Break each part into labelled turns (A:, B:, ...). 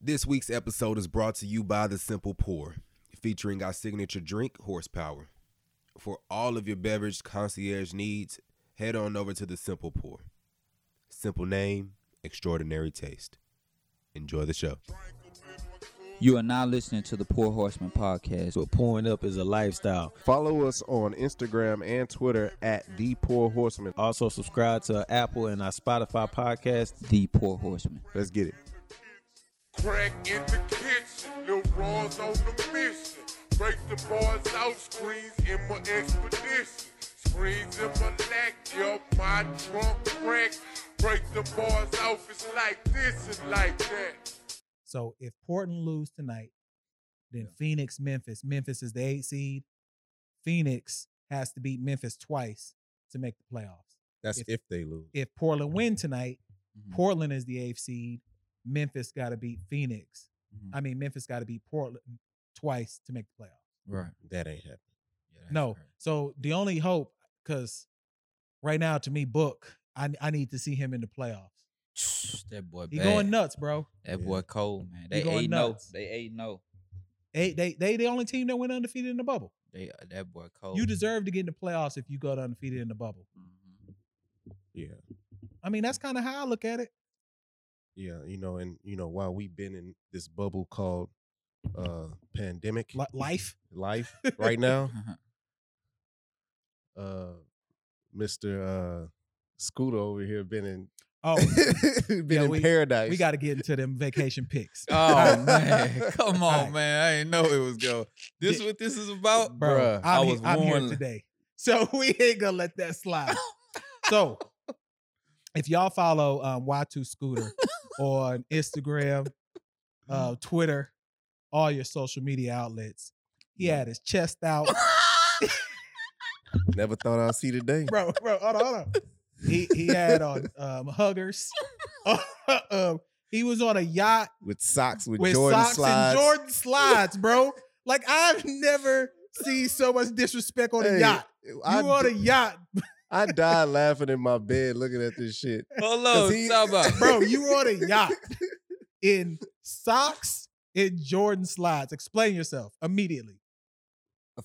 A: This week's episode is brought to you by The Simple Pour, featuring our signature drink, Horsepower. For all of your beverage concierge needs, head on over to The Simple Pour. Simple name, extraordinary taste. Enjoy the show.
B: You are now listening to the Poor Horseman podcast.
C: But pouring up is a lifestyle.
D: Follow us on Instagram and Twitter at The Poor Horseman.
C: Also, subscribe to our Apple and our Spotify podcast.
B: The Poor Horseman.
D: Let's get it.
E: Crack in the kitchen, Lil Raw's on the mission. Break the bars out, screens in my expedition. Screens in my lack, yup, my drunk wreck. Break the bars out, it's like this and like that.
F: So if Portland lose tonight, then Phoenix, Memphis. Memphis is the eight seed. Phoenix has to beat Memphis twice to make the playoffs.
D: That's
F: If-
D: if they lose. Mm-hmm.
F: If Portland win tonight,
B: Mm-hmm.
F: Portland is the eighth seed. Memphis got to beat Phoenix.
B: Mhm.
D: Mm-hmm.
F: I mean, Memphis got to beat Portland twice to make the playoffs.
B: Right.
D: That ain't happening.
F: No. So the only hope, because right now to me, Book, I I need to see him in the playoffs.
B: That boy
F: He
B: bad.
F: going nuts, bro.
B: That
D: Yeah.
B: boy cold, man. They
F: going
B: ain't no.
F: nuts.
B: They ain't no.
F: They they they the only team that went undefeated in the bubble.
B: They uh, that boy cold.
F: You deserve to get in the playoffs if you go undefeated in the bubble.
B: Mhm.
D: Yeah.
F: I mean, that's kind of how I look at it.
D: Yeah. You know, and you know, while we've been in this bubble called uh pandemic
F: Li- life.
D: life right now,
B: Mm-hmm.
D: uh Mr. uh Scooter over here been in
F: Oh,
D: been
F: Yeah,
D: in
F: we-
D: paradise.
F: we got to get into them vacation picks.
B: Oh man, come on,
F: Alright.
B: man! I didn't know it was going. This
F: Di-
B: what this is about,
F: Bro,
B: I
F: I'm, he-
B: was
F: I'm here
B: warned.
F: today. So we ain't going to let that slide. so if y'all follow um, Y2 Scooter on Instagram,
B: Mm-hmm.
F: uh, Twitter, all your social media outlets, he had his chest out.
D: Never thought I'd see today.
F: bro, bro, hold on, hold on. He, he had on um, huggers. um, he was on a yacht
D: With socks with,
F: with
D: Jordan
F: socks
D: slides.
F: and Jordan slides, bro. Like I've never seen so much disrespect on a
D: Hey,
F: yacht.
D: I,
F: You on a
D: di-
F: yacht,
D: I died laughing in my bed looking at this shit.
B: Hello,
D: 'Cause he-
B: talk about
F: bro. You on a yacht in socks and Jordan slides. Explain yourself immediately.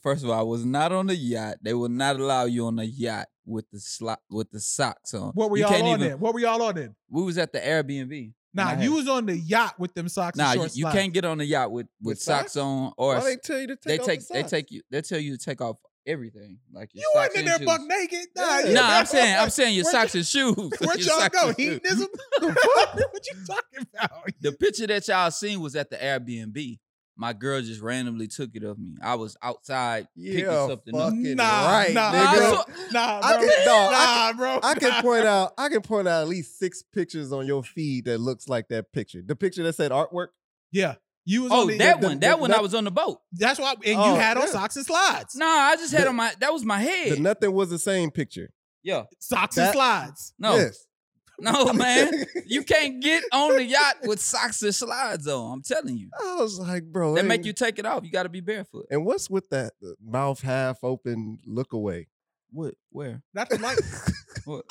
B: First of all, I was not on the yacht. They will not allow you on the yacht with the slot with the socks on.
F: What were
B: You
F: y'all
B: can't
F: on
B: even-
F: then? What were y'all on then?
B: We was at the Airbnb.
F: Nah,
B: And I
F: you
B: had-
F: was on the yacht with them socks
B: Nah,
F: and
B: you,
F: short
B: you
F: slides.
B: can't get on the yacht with, with,
D: With
B: socks?
D: socks?
B: on or
D: Why
B: s-
D: they tell you to take
B: they
D: off
B: take
D: the
B: they
D: socks?
B: take you they tell you to take off everything like your
F: You
B: socks
F: wasn't in there
B: and
F: buck
B: shoes.
F: naked. Nah,
D: Yeah.
F: you-
B: Nah, I'm saying I'm saying your
F: Where'd
B: socks and shoes.
F: Where'd
B: Your
F: y'all
B: socks
F: go?
B: and shoes.
F: Hedonism? what you talking about?
B: The picture that y'all seen was at the Airbnb. My girl just randomly took it of me. I was outside picking
D: Yeah,
B: something up.
D: fucking
F: Nah,
D: right,
B: I
F: nah,
D: nigga.
B: saw-
F: Nah,
D: I
F: bro.
D: can, dog, I,
F: Nah, bro.
D: I can
F: nah.
D: point out I can point out at least six pictures on your feed that looks like that picture. The picture that said artwork.
F: Yeah. You was
B: Oh,
F: on the,
B: that
D: the-
B: one.
D: the-
B: That one. I
D: that-
B: was on the boat.
F: That's why, and
D: Oh,
F: you had on
D: yeah.
F: socks and slides.
B: Nah, I just had
D: The-
B: on my. That was my
D: The
B: head.
D: nothing was the same picture.
B: yeah.
F: Socks and
D: That-
F: slides.
B: No.
D: Yes.
B: No, man. You can't get on the yacht with socks and slides on. I'm telling you.
D: I was like, bro.
B: They
D: ain't-
B: make you take it off. You got to be barefoot.
D: And what's with that uh, mouth half open look away?
B: What? Where?
F: Not the light.
B: What?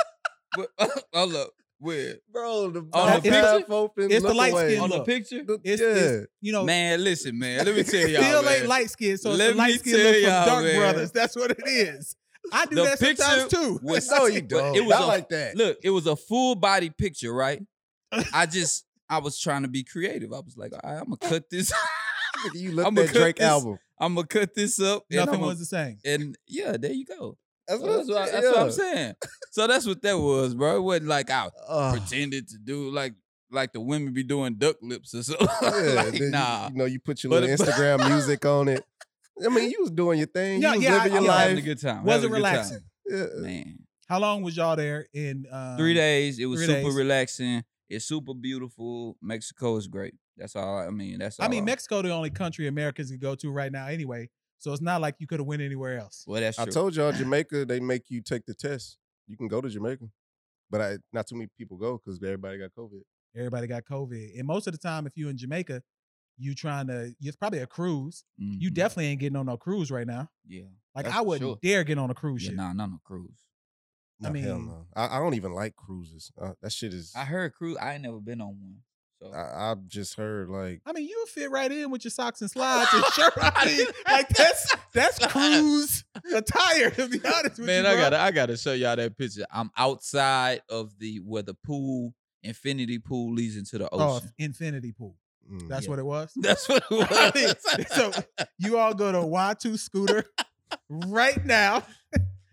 B: Hold up. Where?
D: Bro, the
B: On
D: mouth
F: the
D: half
B: Oh, picture?
D: open
F: It's the
D: look
F: light
D: away.
F: skin
B: On the
F: look.
B: picture?
D: The-
F: It's-
D: yeah.
F: it's- You know,
B: Man, listen, man. Let me tell y'all.
F: still
B: man.
F: ain't light skin, so
B: Let
F: it's
B: me
F: the light skin
B: tell
F: look from
B: y'all,
F: Dark
B: man.
F: Brothers. That's what it is. I do
B: The
F: that sometimes
B: picture
F: too.
B: was-
D: no, you
B: But it
D: don't.
B: was
D: Not
B: a-
D: like that.
B: Look, it was a full body picture, right? I just, I was trying to be creative. I was like, all right, I'm gonna cut this.
D: you looked
B: I'ma
D: at
B: cut
D: Drake
B: this-
D: album.
B: I'm gonna cut this up. And
F: Nothing
B: I'ma-
F: was the same.
B: And yeah, there you go.
D: That's
B: So that's what, I, that's what I'm saying. So that's what that was, bro. It wasn't like I
D: Uh, Ah.
B: pretended to do like like the women be doing duck lips or something. like, nah.
D: You, know, you put your
B: But
D: little
B: it-
D: Instagram music on it. I mean, you was doing your thing.
F: Yeah,
D: you was
F: yeah,
D: living
F: I-
D: your
B: Yeah,
D: life.
B: having a good time.
F: Wasn't
B: having a good time.
F: relaxing.
D: Yeah.
B: Man.
F: How long was y'all there in um,
B: Three days. It was
F: three
B: super
F: days.
B: relaxing. It's super beautiful. Mexico is great. That's all I mean. That's all
F: I mean,
B: Mexico.
F: Mexico the only country Americans can go to right now anyway. So it's not like you could have went anywhere else.
B: Well, that's true.
D: I told y'all Jamaica, they make you take the test. You can go to Jamaica. But I not too many people go because everybody got COVID.
F: Everybody got COVID, and most of the time, if you in Jamaica, you trying to it's probably a cruise. You
B: Mhm.
F: definitely ain't getting on no cruise right now.
B: Yeah.
F: Like
B: That's
F: I
B: for
F: wouldn't
B: sure.
F: dare get on a cruise
B: yeah
F: ship.
B: nah, not no cruise.
F: I
D: No, hell
F: mean-
D: no. I, I don't even like cruises. Uh, that shit is
B: I heard cruise. I ain't never been on one. So
D: I, I've just heard like
F: I mean, you'll fit right in with your socks and slides and shirt. I mean, like that's that's cruise attire. To be honest with you,
B: Man, I
F: bro.
B: gotta I gotta show y'all that picture. I'm outside of the where the pool, infinity pool leads into the
F: Oh,
B: ocean.
F: infinity pool.
D: mm,
F: That's
B: Yeah.
F: what it was.
B: That's what it
F: I mean,
B: was.
F: so you all go to Y2 Scooter right now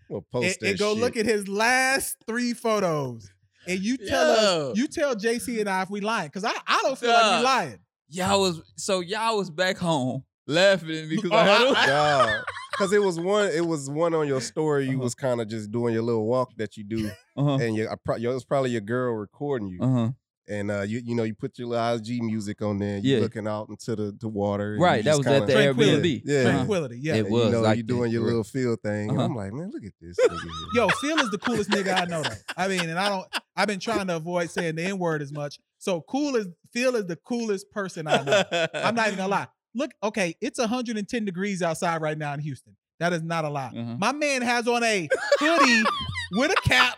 D: well,
F: and,
D: post that
F: and go
D: shit.
F: look at his last three photos. And you tell
B: Yo.
F: us, you tell JC and I if we lying. Cause I, I don't feel like
B: Nah.
F: we lying.
B: y'all was so y'all was back home laughing at me because
F: Oh,
B: I had
F: I-
B: a-
D: Nah, Cause it was one, it was one on your story. You
B: Uh-huh.
D: was kind of just doing your little walk that you do,
B: uh-huh,
D: and your, I pro- your- it was probably your girl recording you,
B: uh-huh.
D: and uh, you you know you put your little IG music on there. You
B: Yeah.
D: looking out into the, the water. and you
B: Right, that
D: just
B: was at the
D: kinda-
B: Airbnb.
D: Yeah.
B: Uh-huh.
F: Tranquility. Yeah.
B: It
D: and
B: was
D: You know
B: like
D: you
B: that,
D: doing your
B: correct.
D: little field thing, and
B: Uh-huh.
D: I'm like, man, look at this. nigga here."
F: Yo, Phil is the coolest nigga I know though. I mean, and I don't I've been trying to avoid saying the N-word as much. So cool is Phil is the coolest person I know. I'm not even gonna lie. Look, okay, it's 110 degrees outside right now in Houston. That is not a lie.
B: Uh-huh.
F: My man has on a hoodie with a cap,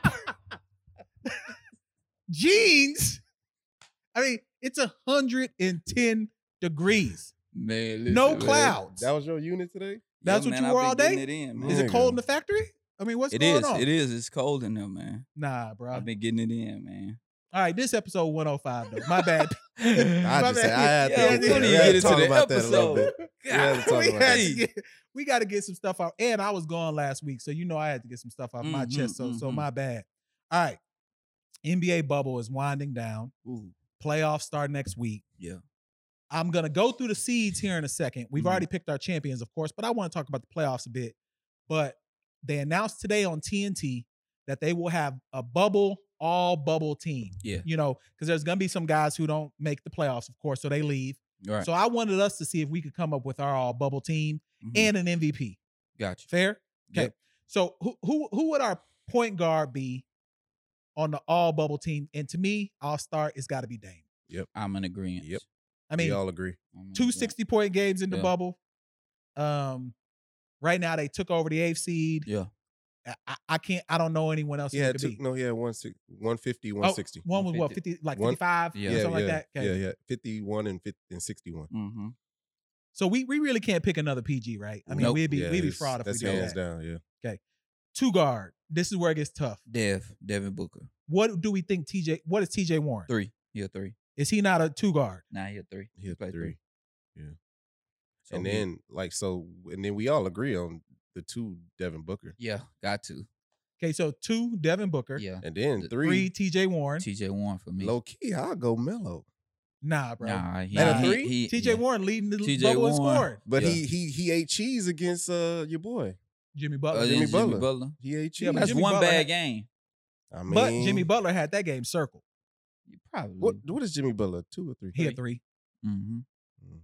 F: jeans. I mean, it's 110 degrees.
B: Man,
F: No
B: listen, man.
F: clouds.
D: That was your unit today.
B: Yeah,
F: That's what
B: man,
F: you
B: I
F: wore
B: been
F: all day?
B: getting It, in, man.
F: Is
D: There
F: it
D: you
F: cold
D: go.
F: in the factory? I mean, what's
B: It
F: going
B: is.
F: on?
B: It is. It's cold in there, man.
F: Nah, bro.
B: I've been getting it in, man.
F: All right, this episode 105 though. My bad.
D: I
F: My
D: just
F: bad.
D: said I had
F: Yeah,
D: to.
F: we don't
D: we
F: even
D: had
B: get
D: to
B: into
D: talk
B: the
D: about that a little
B: episode.
D: bit. We had to talk
F: we,
D: about
F: had
D: that.
F: to get, we got to get some stuff out. And I was gone last week, so you know I had to get some stuff off my
D: Mm-hmm,
B: Mhm,
F: chest. So, so
B: mhm.
F: my bad. All right, NBA bubble is winding down.
B: Ooh,
F: Playoffs start next week.
B: Yeah.
F: I'm gonna go through the seeds here in a second. We've
D: Mm-hmm.
B: Mhm.
F: already picked our champions, of course, but I want to talk about the playoffs a bit. But they announced today on TNT that they will have a bubble, all bubble team.
B: Yeah.
F: You know, because there's gonna be some guys who don't make the playoffs, of course, so they leave.
B: all right.
F: So I wanted us to see if we could come up with our all bubble team
B: Mhm.
F: and an MVP.
B: Got you.
F: Fair? Okay.
B: Yep.
F: So who who who would our point guard be on the all bubble team? And to me, I'll start, it's gotta be Dame.
B: I'm in agreement.
D: Yep.
F: I mean,
D: we all agree.
B: I'm in
F: two
B: agreement.
F: 60 point games in the
B: Yeah.
F: bubble. Um right now they took over the eighth seed.
B: Yeah.
F: I- I, I can't I don't know anyone else
D: He
F: who it
D: had
F: could
D: two,
F: be.
D: no, he had one six, 150,
F: Oh,
D: 160.
F: one was what,
B: 150.
F: 50 like
D: One-
F: 55
B: Yeah.
F: or
D: yeah,
F: something like that. Okay.
D: Yeah, yeah, 51 and 50, and 61.
B: Mhm.
F: So we we really can't pick another PG, right? I mean,
B: Nope.
F: we'd be
D: Yeah,
F: we'd be
D: it's-
F: fraud if we
D: that's
F: did
D: hands
F: that.
D: down. Yeah,
F: Two guard. This is where it gets tough.
B: Dev, Devin Booker,
F: What do we think TJ? What is TJ Warren?
B: three. He a three.
F: Is he not a two guard?
B: Nah, he a three.
D: he had
B: played
D: three.
B: So
D: and
B: he-
D: then like so, and then we all agree on the two Devin Booker,
B: yeah, got to.
F: Okay, so two Devin Booker,
B: Yeah,
D: and then
B: The
D: three,
F: TJ Warren.
B: T.J. Warren for me.
D: low key. I'll go mellow,
F: nah, bro.
B: Nah, he,
D: At a
B: he-
D: three?
B: he-
F: TJ
B: yeah.
F: Warren leading the
B: T.J.
F: bubble in
B: Warren.
F: scoring.
D: but
B: Yeah.
D: he he he ate cheese against uh your boy.
F: Jimmy
B: Uh,
F: Butler.
B: then
D: Jimmy
B: Jimmy
D: Butler.
B: Butler.
D: He ate cheese.
F: Yeah, but
B: That's
F: Jimmy
B: one
F: Butler
B: bad
F: had-
B: game.
D: I mean,
F: but Jimmy Butler had that game circled.
B: Probably.
D: What what is Jimmy Butler? Two or three?
F: He had three.
B: Mm-hmm.
D: Mm.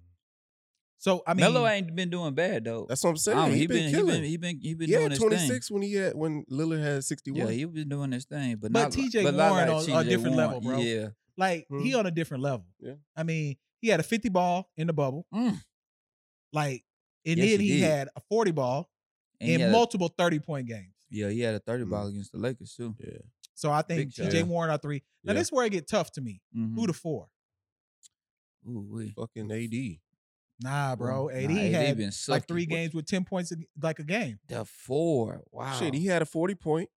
F: So I mean,
B: Melo ain't been doing bad though.
D: That's what I'm
B: I don't
D: saying.
B: know,
D: He,
B: he
D: been,
B: been,
D: killing.
B: he been he been he been
D: yeah,
B: doing his
D: 26
B: thing.
D: when he had when Lillard had 61.
B: Yeah, he been doing his thing, but,
F: But
B: not like-
F: T.J.
B: but not
F: Warren
B: like
F: on a
B: T.J.
F: different
B: Warren.
F: level, bro.
B: Yeah,
F: like he
D: Mhm.
F: on a different level.
D: Yeah.
F: I mean, he had a fifty ball in the bubble,
B: Mm.
F: like, and
B: Yes,
F: then
B: he
F: he
B: did.
F: had a forty ball
B: and he
F: and
B: had a-
F: multiple thirty point games.
B: yeah, he had a thirty
D: Mm.
B: ball against the Lakers too.
D: yeah.
F: So I think
B: Big time.
F: TJ
B: Yeah.
F: Warren are three. Now
D: Yeah.
F: this is where it get tough to me.
B: Mhm.
F: Who the four?
B: Ooh, wee.
D: Fucking AD.
F: Nah, bro.
B: Ooh,
F: AD,
B: nah,
F: had
B: been
F: like
B: sucky.
F: three
B: What-
F: games with ten points a, like a game,
B: The four. Wow.
D: Shit, he had a 40 point.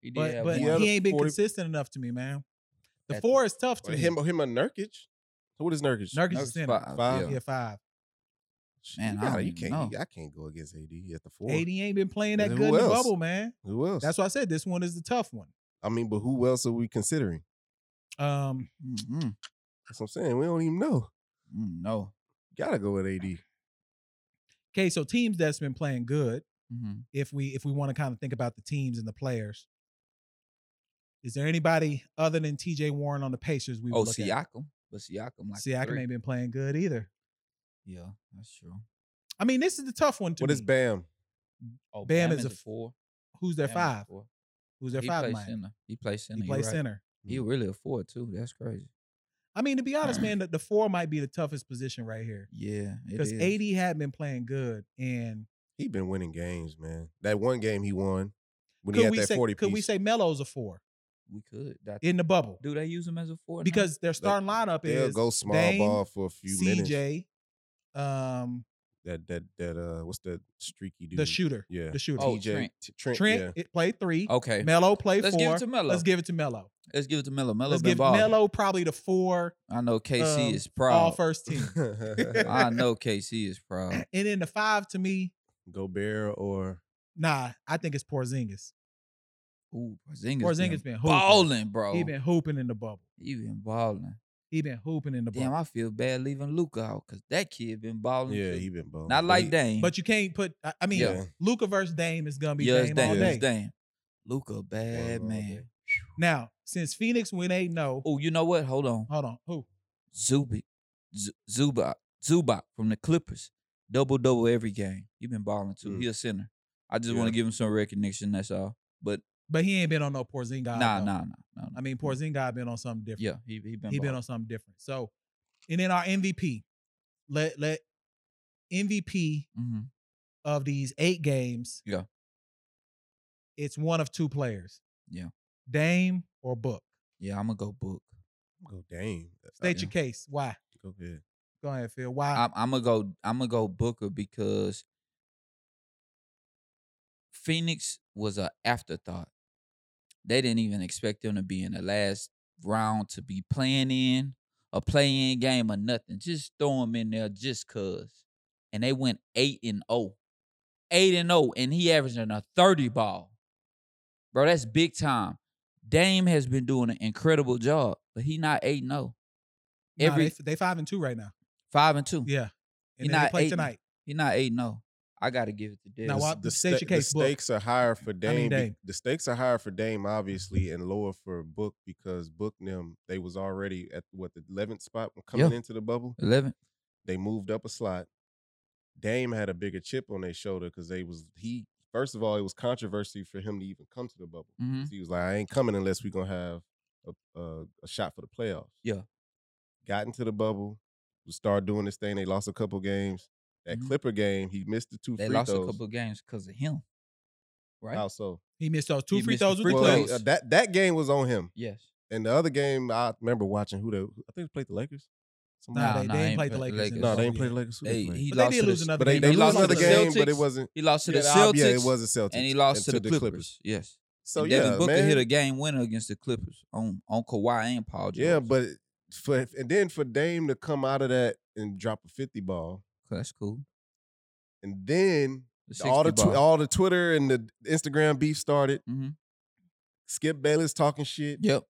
B: He did
F: but
B: have
F: but
B: one.
D: Yeah.
F: he ain't been
D: 40
F: consistent enough to me, man. The
B: That's-
F: four is tough to me.
D: Him him and Nurkic. So what is Nurkic?
F: Nurkic
B: Nurkic's
F: is center.
B: five,
D: Five.
F: Yeah, five.
D: Shit,
B: Man,
D: you,
B: I don't
D: gotta- you
B: even
D: can't.
B: know.
D: I can't go against AD at the four.
F: AD ain't been playing that
D: Who
F: good in the
D: else?
F: bubble, man.
D: Who else?
F: That's why I said this one is the tough one.
D: I mean, but who else are we considering?
F: Um,
B: Mhm.
D: That's what I'm saying. We don't even know.
B: Mm, No.
D: Gotta go with
F: Ah,
D: AD.
F: okay, so teams that's been playing good,
B: Mhm.
F: if we if we want to kind of think about the teams and the players. Is there anybody other than TJ Warren on the Pacers we would
B: Oh,
F: look at?
B: Siakam. But Siakam like a
F: Siakam
B: three.
F: ain't been playing good either.
B: Yeah, that's true.
F: I mean, this is the tough one to
D: What
F: me.
D: is Bam?
B: Oh,
F: Bam is a f-
B: four.
F: Who's their
B: Bam is a
F: five?
B: four.
F: Who's their
B: He
F: five?
B: plays
F: Miami?
B: center. He plays center.
F: He
B: you
F: plays
B: right.
F: center.
B: He really a four too. That's crazy.
F: I mean, to be honest, man, the, the four might be the toughest position right here
B: Yeah, it
F: because
B: is.
F: AD had been playing good, and
D: He been winning games, man. That one game he won when he
F: could
D: had
F: we
D: that
F: say
D: 40
F: could we
D: piece.
F: say Melo's a four?
B: we could. That-
F: in the bubble
B: do they use him as a four? now?
F: because their starting lineup
D: They'll
F: is
D: go small
F: Dame,
D: ball for a few minutes.
F: CJ, um,
D: That that that uh, what's that streaky dude?
F: the shooter,
D: Yeah.
F: the shooter.
B: Oh,
D: TJ
B: Trent.
D: T- Trent.
F: Trent
D: yeah.
F: it played three.
B: okay,
F: Melo played
B: let's
F: four.
B: give it to Melo.
F: Let's give it to Melo.
B: Let's give it to Melo. Melo
F: Let's
B: been
F: give
B: balling.
F: Melo probably the four
B: I know KC
F: um,
B: is
F: all
B: proud.
F: first team.
B: I know KC is proud.
F: and then the five to me,
D: Gobert or
F: nah, I think it's Porzingis.
B: Ooh, Porzingis,
F: Porzingis
B: been
F: been hooping.
B: balling, bro.
F: He been hooping in the bubble.
B: He been balling.
F: He been hooping in the
B: Damn,
F: bubble.
B: I feel bad leaving Luca out because that kid been balling.
D: yeah,
B: too.
D: he been balling.
B: not like Dame,
F: but you can't put. I, I mean,
B: Yeah.
F: Luca versus Dame is gonna be
B: yeah, it's
F: Dame all
B: Dame.
F: day.
B: It's Dame. Luca, bad
D: all day.
B: man.
F: Now, since Phoenix went eight, no.
B: Oh, you know what? Hold on,
F: Hold on, who?
B: Zubic, Z- Zubac, Zubac from the Clippers, double double every game. He been balling too.
D: Mm.
B: He a center. I just want
D: Yeah.
B: to give him some recognition. That's all. But
F: But he ain't been on no Porzingis.
B: nah,
F: though.
B: nah, nah, nah, nah.
F: I mean, Porzingis been on something different.
B: yeah, he he been
F: he been
B: balling.
F: on something different. So, and then our MVP, let let MVP
B: Mhm.
F: of these eight games.
B: Yeah.
F: It's one of two players.
B: Yeah. Oh,
F: Dame or Book.
B: Yeah, I'm gonna go book.
D: Go Dame.
F: State
B: yeah.
F: your case. Why?
D: Go ahead.
F: Go ahead, Phil. Why?
B: I'm, I'm gonna go. I'm gonna go Booker because Phoenix was an afterthought. They didn't even expect them to be in the last round to be playing in a playing game or nothing. Just throw them in there just cause. And they went eight and zero, eight and zero, and he averaging a thirty ball. Bro, that's big time. Dame has been doing an incredible job, but he not eight and zero.
F: Nah,
B: every-
F: they, they five and two right now.
B: Five and two.
F: Yeah.
B: He
F: And then they
B: not
F: play
B: eight-
F: tonight.
B: He not eight no. I gotta give it to Dez.
F: Now,
D: The
F: why-
D: s- the,
F: state your
D: sta-
F: case,
D: the
F: Book.
D: stakes are higher for Dame. be-
F: Dame.
D: The stakes are higher for Dame, obviously, and lower for Book because Book and them they was already at what the eleventh spot when coming
B: Yeah.
D: into the bubble.
B: Eleven.
D: They moved up a slot. Dame had a bigger chip on their shoulder because they was he. First of all, it was controversy for him to even come to the bubble.
B: Mm-hmm.
D: 'Cause He was like, I ain't coming unless we gonna have a, a, a shot for the playoffs.
B: Yeah.
D: Got into the bubble, started doing this thing. They lost a couple games. That
B: Mhm.
D: Clipper game, he missed the two
B: They
D: free
B: lost
D: throws.
B: a couple of games because of him. Right?
D: How so?
F: He missed those two
B: He
F: free
B: missed the
F: throws with
B: free
F: the
B: throws.
F: Clippers.
B: plays.
D: uh, that that game was on him.
B: Yes.
D: And the other game, I remember watching who they, I think they played the Lakers. Somebody-
F: Nah,
B: Nah,
F: they,
B: nah,
F: they
B: ain't
F: ain't played the
B: played the
F: Lakers. in
B: Lakers.
D: no,
F: the
D: they ain't
F: bubble
D: played
F: yet.
D: the Lakers. Who
B: They,
D: played?
B: he
F: But they
B: lost
F: did
B: to
F: lose
B: the,
F: another
D: but they,
F: game.
D: they
B: he
D: lose
B: lost to
D: another
B: the
D: game, but it
B: Celtics.
D: wasn't.
B: He lost to the
D: Yeah, ah,
B: Celtics
D: yeah, it was the Celtics.
B: and he lost to, the, Clippers. Yes.
D: So
B: and
D: yeah,
B: Devin Booker
D: man.
B: hit a game winner against the Clippers on on Kawhi and Paul George.
D: Yeah, but for and then for Dame to come out of that and drop a fifty ball,
B: that's cool.
D: and then
B: The
D: all the
B: 60
D: tw-
B: ball.
D: all the Twitter and the Instagram beef started.
B: Mhm.
D: Skip Bayless talking shit,
B: Yep.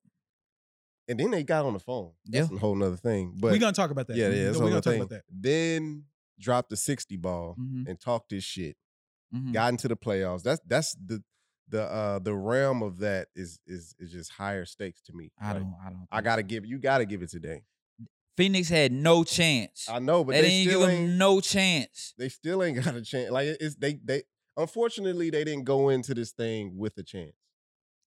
D: and then they got on the phone. That's
B: Yeah.
D: a whole nother thing. But
F: We're gonna talk about that.
D: yeah, yeah, that's a
F: We're
D: whole
F: gonna
D: other
F: talk
D: thing.
F: about that.
D: Then dropped the sixty ball
B: Mm-hmm.
D: and talked this shit.
B: Mm-hmm.
D: Got into the playoffs. That's that's the the uh the realm of that is is is just higher stakes to me.
B: I
D: Like,
B: don't. I don't.
D: I
B: think
D: gotta
B: so.
D: give you gotta give it today.
B: Phoenix had no chance.
D: I know, but
B: they,
D: they,
B: didn't
D: still
B: give
D: ain't
B: him no chance.
D: they still ain't got a chance. Like it's they they unfortunately they didn't go into this thing with a chance.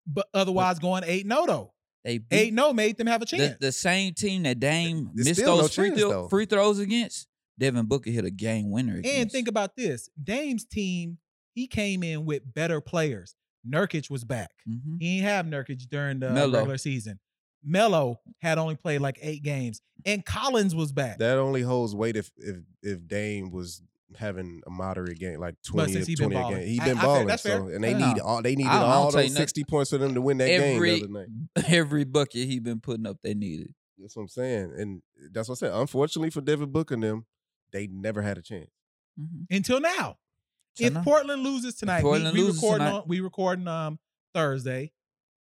F: But otherwise, going eight no though.
B: They beat
F: Eight no made them have a
B: the,
F: chance.
B: the same team that Dame
D: There's
B: missed
D: still
B: those
D: no
B: free,
D: chance,
B: throw,
D: though.
B: free throws against, Devin Booker hit a game winner.
F: and
B: against.
F: think about this: Dame's team. He came in with better players. Nurkic was back.
B: Mhm.
F: He ain't have Nurkic during the uh,
B: Melo.
F: regular season. Melo had only played like eight games, and Collins was back.
D: That only holds weight if if if Dame was having a moderate game, like
F: But
D: 20,
F: since he
D: 20
F: been
D: a
F: balling.
D: game. He
F: I-
D: been
F: I fair-
D: balling.
F: that's fair.
D: so and they
B: No,
D: need all they needed
B: I don't
D: all
B: tell you
D: those
B: nothing.
D: sixty points for them to win that game
B: every
D: the other night.
B: every bucket he been putting up, they needed.
D: That's what I'm saying. And that's what I said. Unfortunately for Devin Booker and them, they never had a chance.
B: Mhm.
F: until now.
B: So
F: if
B: no.
F: Portland loses tonight,
B: Portland
F: we, we
B: loses
F: recording
B: tonight-
F: on we recording um Thursday.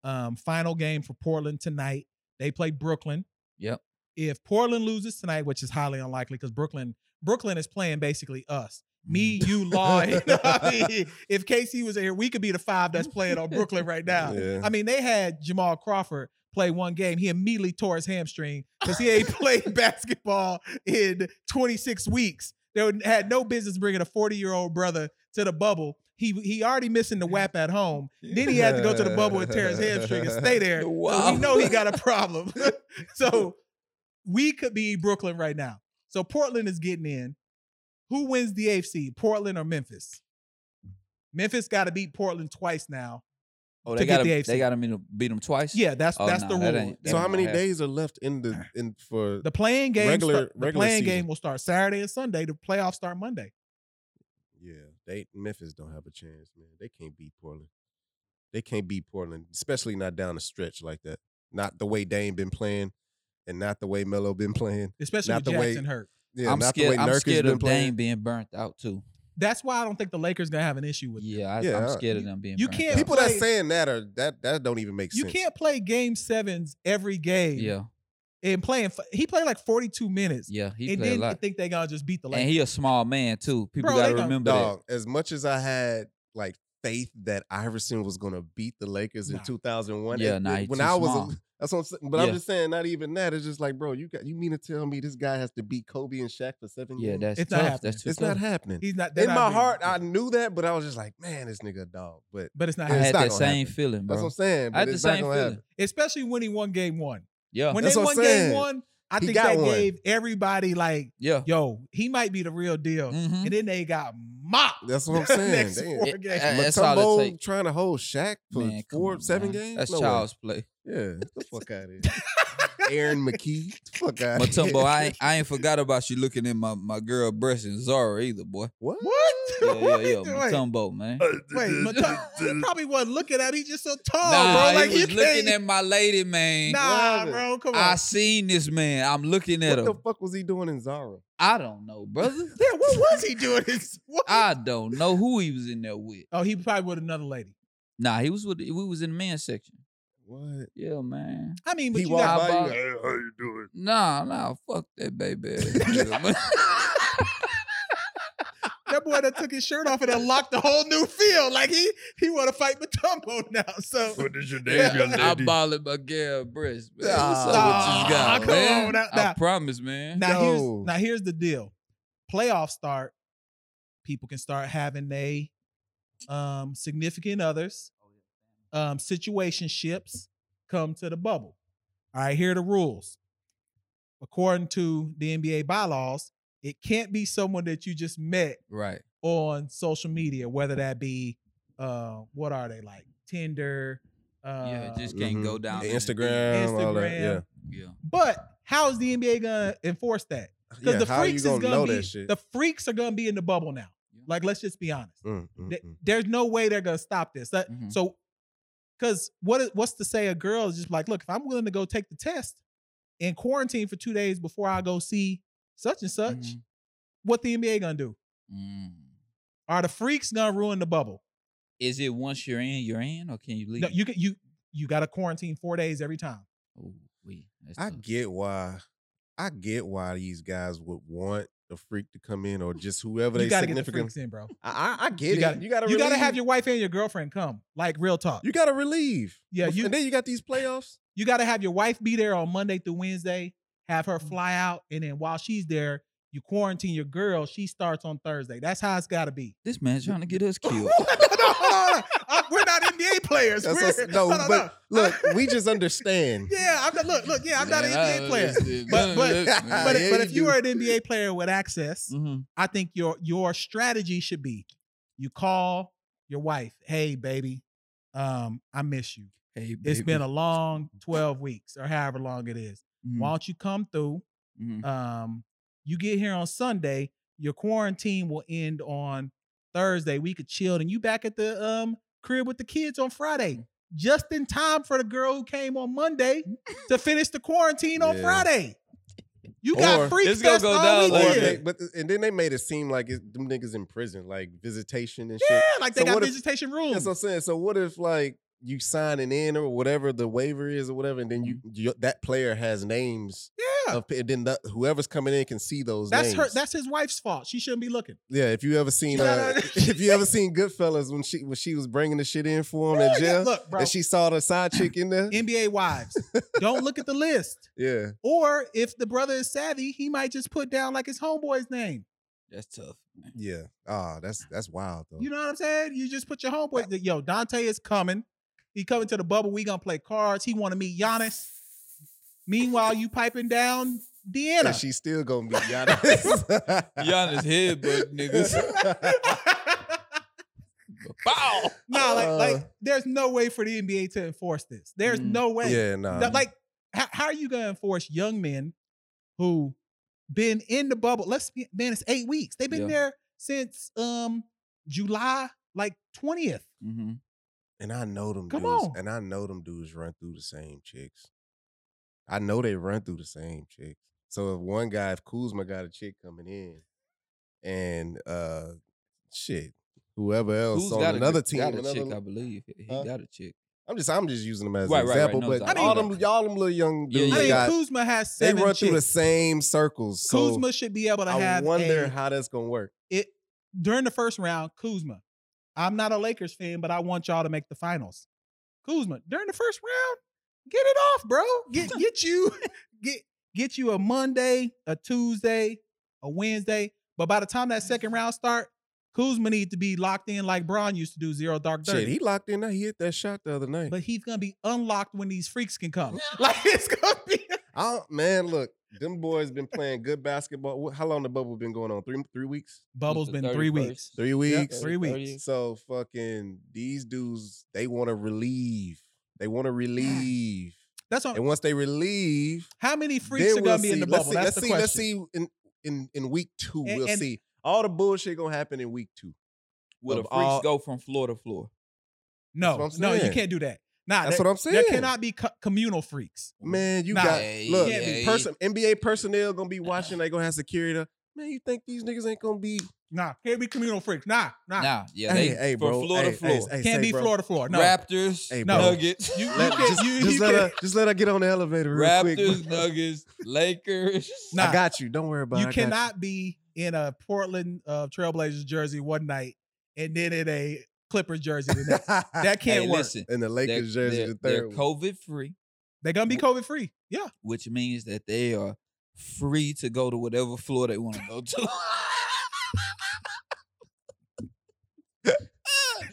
F: Um final game for Portland tonight. They play Brooklyn.
B: Yep.
F: If Portland loses tonight, which is highly unlikely because Brooklyn Brooklyn is playing basically us. Me,
B: Mm-hmm.
F: you, Law. and- I mean, if KC was here, we could be the five that's playing on Brooklyn right now.
D: Yeah.
F: I mean, they had Jamal Crawford play one game. He immediately tore his hamstring because he ain't played basketball in 26 weeks. They would- had no business bringing a 40 year old brother to the bubble. He he already missing the WAP at home. Then he had to go to the bubble and tear his hamstring and stay there. So
B: Wow.
F: we know he got a problem. so we could be Brooklyn right now. So Portland is getting in. Who wins the AFC, Portland or Memphis? Memphis got to beat Portland twice now
B: Oh,
F: To
B: they
F: get
B: got
F: the
B: them,
F: AFC.
B: they got them beat them twice.
F: Yeah, that's
B: Oh,
F: that's
B: nah,
F: the
B: that
F: rule.
B: ain't- that
D: So how
B: won't
D: many
B: happen.
D: days are left in the in for?
F: The playing game
D: Regular-
F: start- the
D: regular
F: playing
D: season.
F: game will start Saturday and Sunday. The playoffs start Monday.
D: yeah, they Memphis don't have a chance, man. They can't beat Portland. They can't beat Portland, especially not down the stretch like that. Not the way Dame been playing, and not the way Melo been playing.
F: Especially
D: Not
F: with
D: the way-
F: Jackson hurt.
D: Yeah,
B: I'm
D: not
B: scared.
D: the way
B: I'm
D: Nurkic's
B: scared
D: been
B: of
D: playing.
B: Dame being burnt out too.
F: That's why I don't think the Lakers gonna have an issue with them.
B: Yeah, I,
D: Yeah, uh,
B: I'm
D: I-
B: scared of them being.
F: you
B: burnt
F: can't-
B: out.
D: People that's
F: play-
D: saying that are that that don't even make
F: You
D: sense.
F: can't play game sevens every game.
B: Yeah,
F: And playing f- he played like 42 minutes.
B: yeah, he played
F: and
B: a
F: then you
B: lot,
F: think they gonna just beat the
B: and
F: Lakers.
B: he a small man too. People
F: Bro,
B: gotta
F: they gonna-
B: remember that.
D: Dog, as much as I had like faith that Iverson was gonna beat the Lakers in
F: Nah.
D: 2001,
B: Yeah,
D: it-
B: nah,
D: it-
B: he
D: when
B: too
D: I was,
B: small.
D: a, that's what I'm saying. But
B: Yeah.
D: I'm just saying, not even that. It's just like, bro, you got you mean to tell me this guy has to beat Kobe and Shaq for seven
B: Yeah,
D: years?
B: that's
F: It's not
B: tough.
F: happening.
B: That's too
D: it's
B: tough.
D: not happening.
F: He's not they're
D: In
F: not
D: my
F: beating
D: heart,
F: them.
D: I knew that, but I was just like, man, this nigga a dog. But
F: but it's not
B: I
D: It's
B: had
D: not
B: that
D: gonna
B: same
D: happen.
B: feeling,
D: that's what
B: bro.
D: I'm saying.
B: I
D: But
B: had the
D: it's not
B: same
D: gonna
B: feeling.
D: happen.
F: especially when he won game one.
B: Yeah,
F: When
D: That's
F: they
D: what
F: won
D: I'm
F: game
D: saying.
F: one, I
D: He
F: think
D: got
F: that
D: one.
F: gave everybody like,
B: yeah.
F: yo, he might be the real deal.
B: Mhm.
F: And then they got mopped.
D: That's what I'm
F: the
D: saying.
F: Next
D: Damn.
F: four
B: Yeah,
F: games.
B: and- that's all it
D: Matumbo
B: take.
D: trying to hold Shaq for
B: Man, come
D: four,
B: on,
D: seven
B: man.
D: games.
B: That's
D: No way.
B: child's play.
D: Yeah, get the fuck out of here. Aaron McKee, get the fuck out.
B: Matumbo, I ain't, I ain't forgot about you looking at my, my girl breast and Zara either, boy.
D: what?
F: What?
B: Yeah, yeah, yeah.
F: Wait,
B: Matumbo, man.
D: uh,
F: Wait, Matumbo- he probably wasn't looking at. him. He just so tall,
B: nah,
F: bro. Like
B: he was
F: you
B: looking
F: can't.
B: at my lady, man.
F: nah,
D: What?
F: bro. Come on.
B: I seen this man. I'm looking at
D: What
B: him.
D: the fuck was he doing in Zara?
B: I don't know, brother.
F: yeah, what was he doing? It's- what?
B: I don't know who he was in there with.
F: oh, he probably with another lady.
B: Nah, he was with we was in the men's section.
D: What?
B: Yeah, man.
F: I mean, but
D: He
F: you
D: walked
F: got
B: got
D: by
B: about-
D: you.
E: how you doing?
B: Nah, nah, fuck that baby. ass nigga.
F: that boy that took his shirt off and unlocked a whole new field. Like he he want to fight Matumbo now. So
E: What is your name, young
B: Yeah, I
E: lady?
B: balling my girl breast, man. What's
F: Nah,
B: up with you guys,
F: come
B: man?
F: on, that-
B: I
F: that-
B: promise, man.
F: now
D: No.
F: here's now here's the deal. Playoffs start. People can start having they um, significant others,
B: Oh,
F: um, situationships come to the bubble. All right, here are the rules. According to the NBA bylaws, it can't be someone that you just met
B: Right.
F: on social media, whether that be uh, what are they like Tinder, uh,
B: Yeah, it just can't go
D: Mhm.
B: down. in the thing.
D: Instagram, all that. Yeah.
F: Instagram.
B: Yeah.
F: But how is the NBA gonna enforce that? Because
D: yeah,
F: the
D: how you
F: freaks is
D: gonna
F: gonna
D: know
F: be
D: that shit?
F: the freaks are gonna be in the bubble now.
B: Yeah.
F: Like, let's just be honest.
D: Mm, mm,
F: Th-
D: mm.
F: There's no way they're gonna stop this. That-
B: Mhm.
F: So, because what is- what's to say a girl is just like, look, if I'm willing to go take the test and quarantine for two days before I go see such and such,
B: Mhm.
F: what the NBA gonna do?
B: Mm.
F: Are the freaks gonna ruin the bubble?
B: Is it once you're in, you're in, or can you leave?
F: No, you can you you got to quarantine four days every time.
B: Oh, we. That's
D: I
B: tough.
D: get why. I get why these guys would want the freak to come in or just whoever they
F: you got to get the freaks
D: significant.
F: in, bro.
D: I, I I get
F: You
D: it.
F: gotta-
D: you gotta
F: You got to
D: relieve-
F: have your wife and your girlfriend come. Like real talk.
D: you gotta relieve.
F: Yeah,
D: Bef-
F: you-
D: and then you got these playoffs.
F: You got to have your wife be there on Monday through Wednesday, have her fly out, and then while she's there, you quarantine your girl. She starts on Thursday. That's how it's got to be.
B: This man's trying to get us
F: no,
B: killed.
F: no, no, no. I- we're not NBA players.
D: That's
F: We're-
D: us- no,
F: no, no,
D: but
F: no.
D: look, we just understand.
F: yeah, I'm not, look, look, yeah, I'm not an
B: Man, I
F: NBA
B: don't
F: player.
B: understand
F: But-
B: none of
F: but-
B: that, man.
F: But,
D: yeah,
F: but
D: you
F: if you
D: do.
F: are an NBA player with access,
B: Mhm.
F: I think your your strategy should be you call your wife, hey baby, um, I miss you.
B: Hey,
F: It's been
B: baby.
F: a long 12 weeks or however long it is.
B: Mhm,
F: Why don't you come through?
B: mhm.
F: Um, you get here on Sunday, your quarantine will end on Thursday. We could chill and you back at the um crib with the kids on
D: Mm.
F: Friday. Just in time for the girl who came on Monday to finish the quarantine on
D: Yeah.
F: Friday. You got
D: Or-
F: freaks
B: It's gonna
F: fest
B: go
F: all
B: down
D: Or
B: like
F: weekend.
D: they- but and then they made it seem like it, them niggas in prison, like visitation and
F: Yeah,
D: shit.
F: like they
D: So
F: got
D: what if-
F: visitation
D: That's
F: rules.
D: what I'm saying. So what if like you signing in or whatever the waiver is or whatever, and then you, you that player has names.
F: Mm-hmm. Yeah.
D: Of, and then the, whoever's coming in can see those.
F: That's her.
D: names.
F: That's his wife's fault. She shouldn't be looking.
D: yeah. If you ever seen
F: No,
D: uh,
F: no, no.
D: if you ever seen Goodfellas when she when she was bringing the shit in for him
F: Yeah,
D: in
F: yeah,
D: jail,
F: Look, bro.
D: and she saw the side chick in there.
F: NBA wives, don't look at the list.
D: yeah.
F: Or if the brother is savvy, he might just put down like his homeboy's name.
B: That's tough. man.
D: Yeah. Ah, that's that's wild though.
F: You know what I'm saying? You just put your homeboy. that, Yo, Dante is coming. He coming to the bubble. We gonna play cards. He want to meet Giannis. Meanwhile, you piping down
D: and
F: Deanna.
D: she's still gonna be Giannis.
B: Giannis headbutt niggas. Bow.
F: No, like,
B: Uh,
F: like there's no way for the NBA to enforce this. There's
B: Mm.
F: no way.
D: Yeah, nah.
F: That- like, how, how are you gonna enforce young men who been in the bubble? Let's be man, it's eight weeks. They've been
B: Yeah.
F: there since um July, like 20th.
B: Mhm.
D: and I know them
F: Come
D: dudes.
F: on.
D: And I know them dudes run through the same chicks. I know they run through the same chicks. So if one guy, if Kuzma got a chick coming in, and uh shit, whoever else
B: Who's
D: on
B: got a-
D: another team,
B: Got a
D: another-
B: chick, I believe. He he
D: Huh?
B: got a chick.
D: I'm just I'm just using them as
B: Right,
D: an
B: right, right.
D: example.
B: No,
D: but
B: exactly.
D: all them all them little young
B: Yeah,
D: dudes
F: I mean,
D: got
F: Kuzma has
D: they
F: seven.
D: run through the
F: chicks.
D: same circles. So
F: Kuzma should be able to
D: I
F: have
D: wonder
F: a-
D: how that's gonna work.
F: it during the first round, Kuzma. I'm not a Lakers fan, but I want y'all to make the finals. Kuzma, during the first round, get it off, bro. Get get you get get you a Monday, a Tuesday, a Wednesday. But by the time that second round start, Kuzma need to be locked in like Braun used to do, zero dark
D: Shit,
F: thirty.
D: he locked in. Now he hit that shot the other night.
F: but he's gonna be unlocked when these freaks can come. Like it's gonna be
D: I don't- man, look, them boys been playing good basketball. Wh- How long the bubble been going on? Three three weeks.
F: Bubble's
B: Who's the
F: been three
B: 31st?
F: weeks.
D: Three weeks.
F: three weeks.
B: 30th.
D: So fucking these dudes, they want to relieve. They want to relieve.
F: That's on
D: And once they relieve,
F: how many freaks
D: then
F: are
D: we'll
F: gonna be in
D: see.
F: the
D: Let's
F: bubble?
D: see-
F: That's
D: let's
F: the
D: see.
F: question.
D: Let's see in in, in week two.
F: And-
D: we'll
F: and-
D: see. All the bullshit gonna happen in week two.
B: Will the
D: Of
B: freaks
D: all-
B: go from floor to floor?
F: No,
D: what I'm
F: no, you
D: saying.
F: can't do that. Nah,
D: That's
F: that-
D: what I'm saying.
F: There cannot be co- communal freaks.
D: Man, you
F: Nah,
D: got
B: yeah,
D: look
F: yeah, yeah.
D: person NBA personnel gonna be watching. They gonna have security. to- Man, you think these niggas ain't gonna be?
F: Nah, can't be communal freaks. Nah, nah.
B: Nah, yeah,
D: hey,
B: they
D: hey,
B: from
D: bro.
B: floor
D: hey,
B: to floor.
D: Hey,
F: can't
D: say,
F: be
D: bro.
F: floor to floor. No.
B: Raptors,
D: Hey,
F: No.
D: bro.
B: Nuggets,
F: You, you
D: Let-
F: can't,
D: just,
F: you,
D: just
F: you
D: let
F: can't,
D: her, just let her get on the elevator real
B: Raptors,
D: quick. bro.
B: Nuggets, Lakers.
F: Nah.
D: I got you. Don't worry about it.
F: you
D: I got
F: cannot be in a Portland uh, Trailblazers jersey one night and then in a Clippers jersey the next. that can't
B: hey,
F: work.
B: listen,
D: And the Lakers
B: they're,
D: jersey,
B: they're,
D: the
B: they're
D: third. one.
B: COVID free,
F: They're gonna be COVID free. Yeah.
B: which means that they are free to go to whatever floor they want to go to.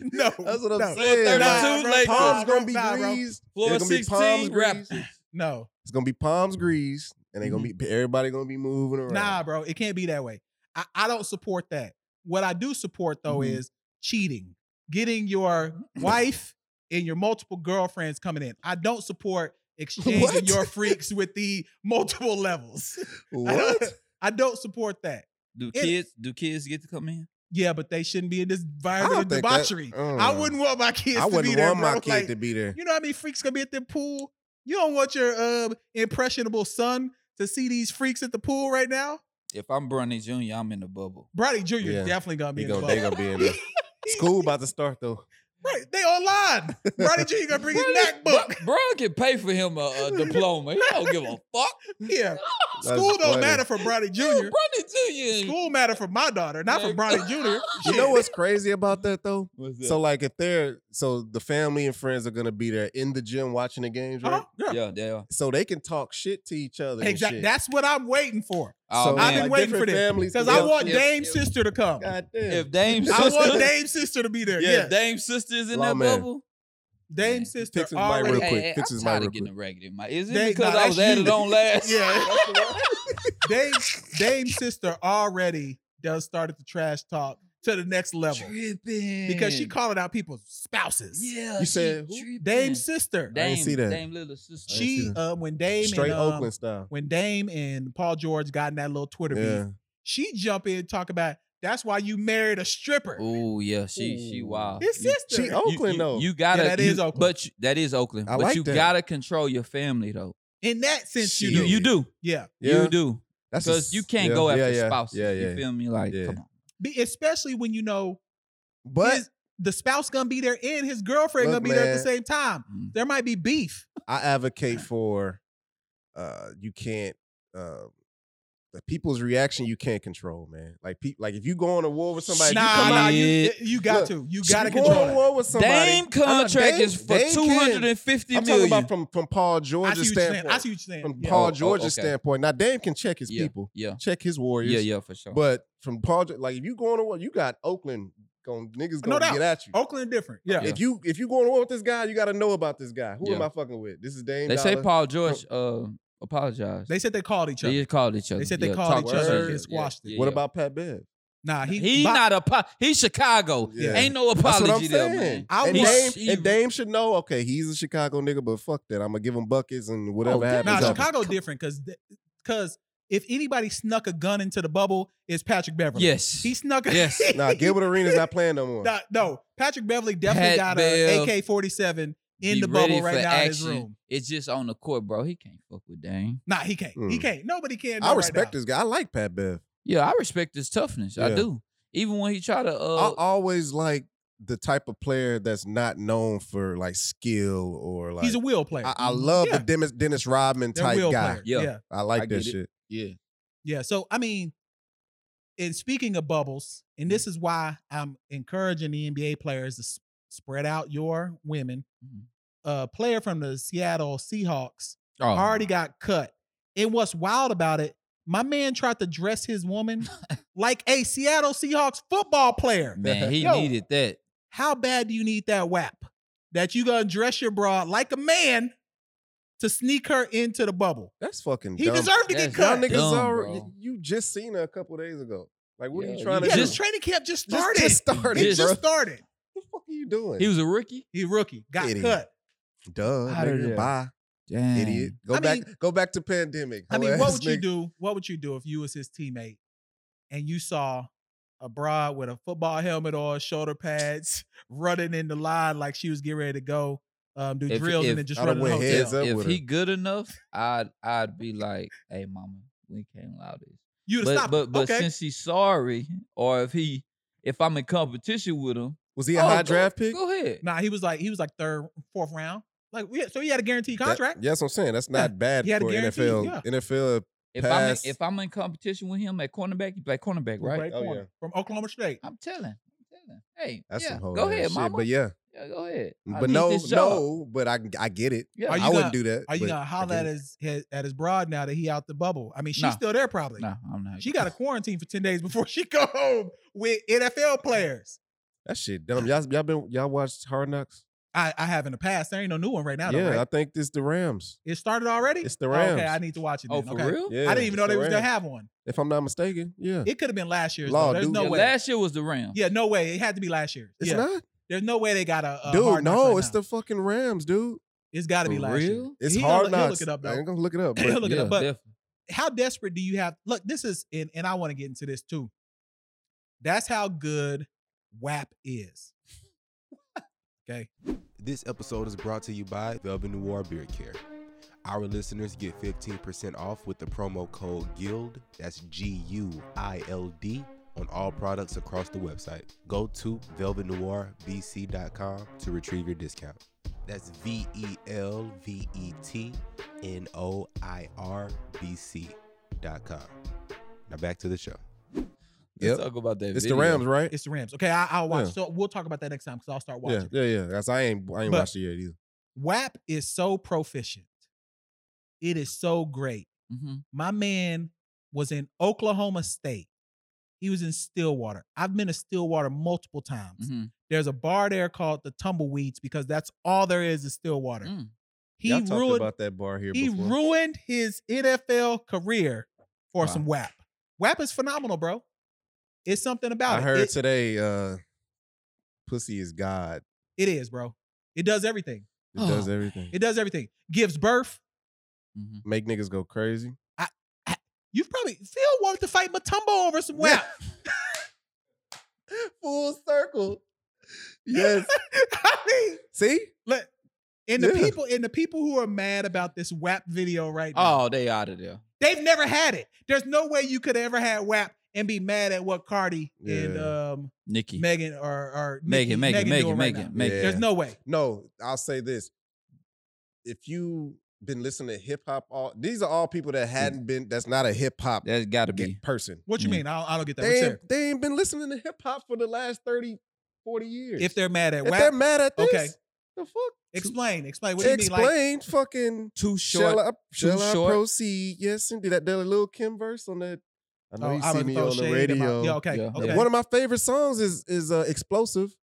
F: No.
D: That's what I'm
F: no,
D: saying.
B: Floor
D: like,
B: 32
F: bro.
B: Lakers.
D: palms gonna be
F: Nah, bro.
D: greased.
B: Floor
D: There's gonna be palms
B: 16 Raptors.
D: greased.
F: No.
D: It's gonna be palms greased, and they gonna
F: Mm-hmm.
D: be everybody gonna be moving around.
F: Nah, bro. It can't be that way. I, I don't support that. What I do support though
D: Mm-hmm.
B: Mhm.
F: is cheating, getting your wife and your multiple girlfriends coming in. I don't support exchanging
D: What?
F: your freaks with the multiple levels. I don't-
D: What?
F: I don't support that.
B: Do
F: It-
B: kids do kids get to come in?
F: Yeah, but they shouldn't be in this environment
D: don't
F: of
D: think that-
F: debauchery.
D: I don't
F: I
D: know.
F: wouldn't want my kids
D: I
F: to be
D: wouldn't
F: there.
D: want my
F: bro.
D: kid
F: Like,
D: to be there.
F: You know how many freaks gonna be at the pool? You don't want your uh, impressionable son to see these freaks at the pool right now?
B: If I'm Bronny Jr., I'm in the bubble.
F: Brody Jr.
D: Yeah.
F: definitely gonna be
D: They
F: in
D: gonna,
F: the
D: they
F: bubble.
D: gonna be in there. School about to start though.
F: Right, they online. Brody Jr. gonna bring his MacBook.
B: Bro can pay for him a, a diploma. He don't give a fuck.
F: Yeah,
D: That's
F: school don't
D: funny.
F: matter for Brody Jr.
B: Bronny Jr. is-
F: School matter for my daughter, not for
B: Like-
F: Brody Jr.
D: You know what's crazy about that though?
B: What's that?
D: So like if they're so the family and friends are gonna be there in the gym watching the games, right?
F: Uh-huh, yeah.
B: yeah, they are.
D: So they can talk shit to each other.
F: Exactly.
D: And shit.
F: That's what I'm waiting for.
B: Oh,
D: so,
B: man.
F: I've been
D: like,
F: waiting for
D: different
F: this,
D: families
F: Because
D: can
F: I
D: go-
F: want
B: If-
F: Dame's
B: if-
F: sister to come.
D: God damn.
B: if Dame's
F: I
B: sister,
F: want Dame's sister to be there.
B: yeah,
F: Yeah.
B: if Dame's sister is in that
D: Lawman.
B: bubble.
F: Dame
B: Man.
F: sister
D: Fix his mic
F: already.
D: real quick.
B: Hey, hey,
D: Fix his
B: I'm
D: mic
B: tired
D: real
B: of getting
D: quick.
B: a raggedy mic. Is it
F: They-
B: because
F: nah,
B: I was
F: that's
B: at
F: you.
B: it on last?
F: Yeah. Dame, Dame's sister already does start at the trash talk to the next level
B: tripping
F: because she calling out people's spouses.
B: Yeah, she
D: You said who?
B: tripping.
F: Dame's sister.
D: I
B: Dame,
D: ain't see that.
B: Dame little sister.
D: I ain't
F: She
D: seen
F: uh, when Dame
D: straight
F: and, um,
D: Oakland style.
F: when Dame and Paul George got in that little Twitter
D: Yeah.
F: beef, she jump in and talk about that's why you married a stripper.
B: Oh yeah, she she wild.
F: His
B: You-
F: sister.
D: She oh. Oakland
B: you,
D: though.
B: You gotta
F: that
B: you-
F: is Oakland.
B: but you, that is Oakland.
D: I
B: but
D: like
B: you
D: that.
B: gotta control your family though.
F: in that sense, you
D: She-
F: do.
B: You you do.
F: yeah.
D: yeah.
B: You do.
D: That's a
B: Because
D: s-
B: you can't
D: yeah,
B: go
D: yeah,
B: after
D: yeah,
B: spouses.
D: Yeah, yeah.
B: You feel me? Like,
D: Yeah.
B: come on.
F: Be, especially when you know
D: but
F: his- the spouse gonna be there and his girlfriend
D: Look,
F: gonna be there at the
D: man.
F: same time.
B: Mm.
F: There might be beef.
D: I advocate for uh you can't uh the people's reaction you can't control, man. Like pe- like if you go on a war with somebody,
F: nah,
D: you come
F: nah,
D: out
F: you,
B: Shit.
F: you got
D: Look,
F: to. You gotta
D: you go on a
F: control it.
D: war with somebody.
B: Dame
D: I'm not-
B: contract is
D: Dame-
B: for
D: Dame
B: two hundred
D: can.
B: and fifty
D: I'm talking
B: million.
D: about from from Paul
F: I see
D: George's
F: what you're saying. I see
D: standpoint.
F: what you're saying.
D: From
F: Yeah.
D: Paul
B: Oh, oh,
D: George's
B: okay.
D: standpoint. Now Dame can check his
B: yeah,
D: people,
B: Yeah.
D: check his warriors.
B: Yeah, yeah, for sure.
D: But from Paul, Ge- like if you go on a war, you got Oakland going niggas
F: No
D: gonna
F: doubt.
D: get at you.
F: Oakland different. Yeah.
D: If you if you going on with this guy, you got to know about this guy. Who am
B: Yeah.
D: I fucking with? This is Dame.
B: they say
D: Dollar.
B: Paul George uh apologized.
F: They said they called each
B: They
F: other.
B: just called each other.
F: They said they
B: Yeah, talk
F: called
D: each other
B: shit.
D: and
F: squashed it.
B: Yeah,
D: What
B: yeah.
D: about Pat Bev?
F: Nah, he,
B: He, not a po- he Chicago.
D: Yeah.
B: Ain't no
D: That's what I'm
B: apology there, man.
D: saying.
F: I
D: and,
F: would-
D: Dame,
B: He-
D: and Dame should know. Okay, he's a Chicago nigga, but fuck that. I'm gonna give him buckets and whatever
B: Dame-
D: happens.
F: Nah,
B: Nah,
D: happens.
F: Chicago different because because if anybody snuck a gun into the bubble, it's Patrick Beverly.
B: Yes.
F: he snuck. A,
B: Yes.
D: Nah, Gilbert Arenas not playing no more.
F: Nah, no, Patrick Beverly definitely
B: Pat
F: got a
B: Bev.
F: AK forty seven in
B: Be
F: the
B: ready
F: bubble right
B: for
F: now in his
B: action.
F: room.
B: It's just on the court, bro. He can't fuck with Dame.
F: Nah, he can't. He
D: Mm.
F: can't. Nobody can.
D: I
F: right
D: respect
F: now.
D: this guy. I like Pat Bev.
B: Yeah, I respect his toughness. I
D: Yeah.
B: do. Even when he try to uh
D: I always like the type of player that's not known for like skill or like.
F: He's a will player.
D: I, I love
F: Yeah.
D: the Dennis, Dennis Rodman
F: They're
D: type
F: will
D: guy.
F: player.
B: Yeah.
F: yeah.
D: I like
B: I
D: that
B: get it.
D: shit.
B: yeah.
F: Yeah. So I mean, and speaking of bubbles, and this is why I'm encouraging the NBA players to s- spread out your women.
B: Mhm.
F: A player from the Seattle Seahawks
B: Oh,
F: already got cut. And what's wild about it, my man tried to dress his woman like a Seattle Seahawks football player.
B: Oh, man, he
F: Yo,
B: needed that.
F: How bad do you need that WAP? That you gonna dress your broad like a man to sneak her into the bubble.
D: That's fucking.
F: He
D: dumb.
F: deserved to get
B: That's
D: Y'all
F: cut.
D: niggas
B: Dumb,
D: already.
B: bro.
D: You just seen her a couple days ago. Like, what are
B: Yeah,
D: you trying
B: you
D: to
F: yeah,
D: do?
F: this training camp just
D: Just-
F: started.
D: just started,
F: It just
D: bro.
F: started.
D: what the fuck are you doing?
B: He was a rookie.
F: He rookie got
D: Idiot.
F: cut.
D: Duh,
B: Out of
D: nigga.
B: there.
D: Bye,
B: Damn.
D: idiot. Go
F: I
D: back.
F: mean-
D: go back to pandemic.
F: I mean, what
D: Hoe-ass
F: would you
D: nigga.
F: do? What would you do if you was his teammate and you saw a broad with a football helmet on, shoulder pads, running in the line like she was getting ready to go um, do
B: If-
F: drills
B: if-
F: and then just
D: I'da
F: run in the
D: went
F: hotel?
D: heads up
B: If
D: with
B: he
D: her.
B: good enough, I'd I'd be like, hey mama, we can't allow this.
F: You'd have
B: But
F: stopped.
B: but
F: him.
B: but
F: okay.
B: since he's sorry, or if he if I'm in competition with him,
D: Was he a
B: oh,
D: high
B: go-
D: draft pick?
B: Go ahead.
F: nah, he was like he was like third, fourth round. Like yeah, so he had a guaranteed
D: That-
F: contract.
D: yeah, that's what I'm saying. That's not bad
F: he had a
D: for
F: guarantee,
D: NFL.
F: yeah.
D: NFL.
B: If I'm in,
D: pass.
B: if I'm in competition with him at cornerback, he play cornerback,
F: from
B: right?
F: right
D: Oh,
F: corner
D: yeah.
F: From Oklahoma State.
B: I'm telling. I'm telling. Hey,
D: That's
B: yeah,
D: some whole
B: go
D: ass
B: ahead,
D: shit.
B: mama.
D: But yeah,
B: Yeah, go ahead. I
D: but
B: need
D: no,
B: this job.
D: no. But I, I get it.
B: Yeah,
F: Are you
D: I wouldn't
F: gonna-
D: do that.
F: Are you
D: but
F: gonna
D: I
F: holler
D: get
F: at
D: it.
F: his, his at his broad now that he out the bubble? I mean, she's
B: Nah.
F: still there probably.
B: no, I'm not.
F: She got a quarantine for 10 days before she go home with NFL players.
D: That shit dumb. Y'all, y'all been y'all watched Hard Knocks?
F: I, I have in the past. There ain't no new one right now.
D: yeah,
F: though, right?
D: I think this the Rams.
F: it started already.
D: It's the
F: Oh,
D: Rams.
F: okay, I need to watch it. Then.
B: Oh, for
F: okay.
B: real?
D: Yeah,
F: I didn't even know
D: it's
F: they
D: the
F: was gonna
D: Rams.
F: have one.
D: If I'm not mistaken, yeah.
F: It could have been last year's.
D: Law,
F: though. There's
D: dude.
F: no
B: Yeah,
F: way.
B: last year was the Rams.
F: yeah, no way. It had to be last year.
D: it's
F: yeah.
D: not,
F: There's no way they got a, a
D: dude.
F: Hard Knocks
D: No,
F: right
D: it's
F: now.
D: the fucking Rams, dude.
F: It's got to be
B: For
F: last year.
B: real?
D: It's
F: He gonna
D: Hard
F: look- he'll
D: Knocks.
F: look it up,
D: I
F: though.
D: ain't gonna look it up.
F: He'll
D: But
F: look it up,
B: Yeah,
F: but-
B: definitely.
F: How desperate do you have? Look, this is and and I want to get into this too. That's how good WAP is. okay.
A: This episode is brought to you by Velvet Noir Beard Care. Our listeners get 15% off with the promo code GUILD, that's G U I L D, on all products across the website. Go to velvetnoirbc.com to retrieve your discount. That's V E L V E T N O I R B C.com. Now back to the show.
D: Yep.
B: Let's talk about that.
D: it's the
B: video.
D: Rams, right?
F: It's the Rams. Okay, I, I'll watch.
D: Yeah.
F: So we'll talk about that next time because I'll start watching.
D: Yeah, yeah, yeah. That's I ain't I ain't
F: But-
D: watched it yet either.
F: WAP is so proficient. It is so great.
B: Mhm.
F: My man was in Oklahoma State. He was in Stillwater. I've been to Stillwater multiple times.
D: Mm-hmm.
B: Mhm.
F: There's a bar there called the Tumbleweeds because that's all there is in Stillwater.
B: Mm.
F: He
D: Y'all talked
F: ruined
D: about that bar here.
F: he
D: before.
F: ruined his NFL career for
B: Wow.
F: some WAP. WAP is phenomenal, bro. It's something about
D: I
F: it.
D: heard
F: it.
D: today, uh, pussy is God.
F: It is, bro. It does everything.
D: It
B: Oh,
D: does
B: man.
D: everything.
F: It does everything. Gives birth.
B: Mhm.
D: Make niggas go crazy.
F: You've probably Phil wanted to fight Matumbo over some WAP.
D: Full circle. Yes.
F: I mean,
D: See?
F: look, and the
D: Yeah.
F: people and the people who are mad about this WAP video right now,
B: Oh, they out of there.
F: they've never had it. There's no way you could ever had WAP and be mad at what Cardi and
D: Yeah.
F: um
B: Nikki.
F: Megan or or Nicki-
B: Megan, Megan,
F: doing
B: Megan,
F: right
B: Megan,
F: now.
B: Megan.
D: Yeah.
F: There's no way.
D: No, I'll say this. If you been listening to hip hop, all these are all people
F: Mm.
D: that hadn't been. That's not a hip hop
B: That's got to be.
D: person.
F: What you
B: Yeah.
F: mean? I don't, I don't get that. What's
D: They ain't,
F: there?
D: they ain't been listening to hip hop for the last 30, 40 years.
F: If they're mad at
D: If
F: WAP,
D: they're mad at this,
F: Okay.
D: the fuck?
F: explain, explain. What do you mean?
D: Explain
F: Like
D: fucking
B: Too short.
D: Shall I, shall I
B: short.
D: proceed? Yes, indeed. That, that little Kim verse on that. I know
F: oh,
D: you
F: I
D: see
F: would
D: me
F: throw
D: on
F: shade
D: the
F: at my-
D: radio.
F: Yeah, okay,
B: Yeah.
F: okay.
D: One of my favorite songs is is uh, "Explosive"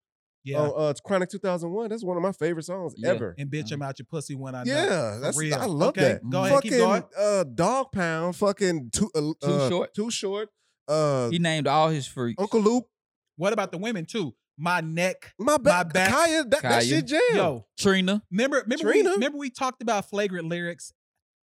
F: yeah.
D: on uh, Chronic 2001. That's one of my favorite songs
B: Yeah.
D: ever.
F: and bitch, I'm out your pussy when I know.
D: Oh. Yeah, that's
F: real.
D: I love
F: Okay,
D: that.
F: go ahead, keep
D: fucking
F: going.
D: uh, Dog Pound, fucking too uh,
B: Too
D: uh,
B: Short.
D: too short. Uh,
B: He named all his freaks.
D: Uncle Luke,
F: What about the women too? My neck.
D: my back,
F: back.
D: Kaya, that, that
B: Kaya.
D: shit jam.
F: Yo,
B: Trina.
F: remember, remember, we,
D: Trina.
F: remember we talked about flagrant lyrics.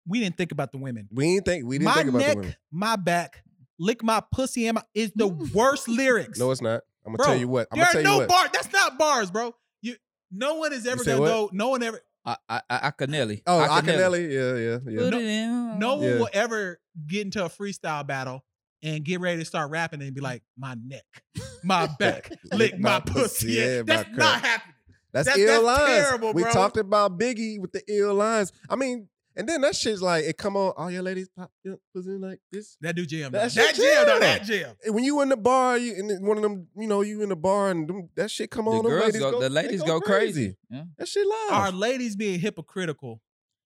F: We didn't think about the women.
D: We didn't think we didn't
F: my
D: think about
F: neck,
D: the women.
F: my back, lick my pussy, and my is the worst lyrics.
D: No, it's not. I'm gonna
F: Bro,
D: tell you what. I'm
F: there
D: gonna
F: are
D: tell
F: no
D: you what.
F: bars. That's not bars, bro. You, no one is ever
D: say
F: gonna
D: what?
F: go. No one ever.
B: I I I Acanelli.
D: oh, Akinelli. Yeah, yeah, yeah.
B: Put it in.
F: No
D: Yeah.
F: one will ever get into a freestyle battle and get ready to start rapping and be like, my neck, my back, lick my, pussy.
D: yeah, my
F: that's
D: cup.
F: not happening.
D: That's,
F: That-
D: ill
F: that's
D: lines.
F: terrible,
D: we
F: bro.
D: talked about Biggie with the ill lines. I mean, and then that shit's like, it come on, all your ladies pop your pussy like this.
F: That do jam. That,
D: That shit
F: that jam, though,
D: jam.
F: that jam.
D: And when you in the bar, you and one of them, you know, you in the bar and them, that shit come on.
B: The
D: them
B: girls
D: ladies
B: go, the
D: they
B: ladies go crazy. Yeah.
D: That shit live.
F: Are ladies being hypocritical?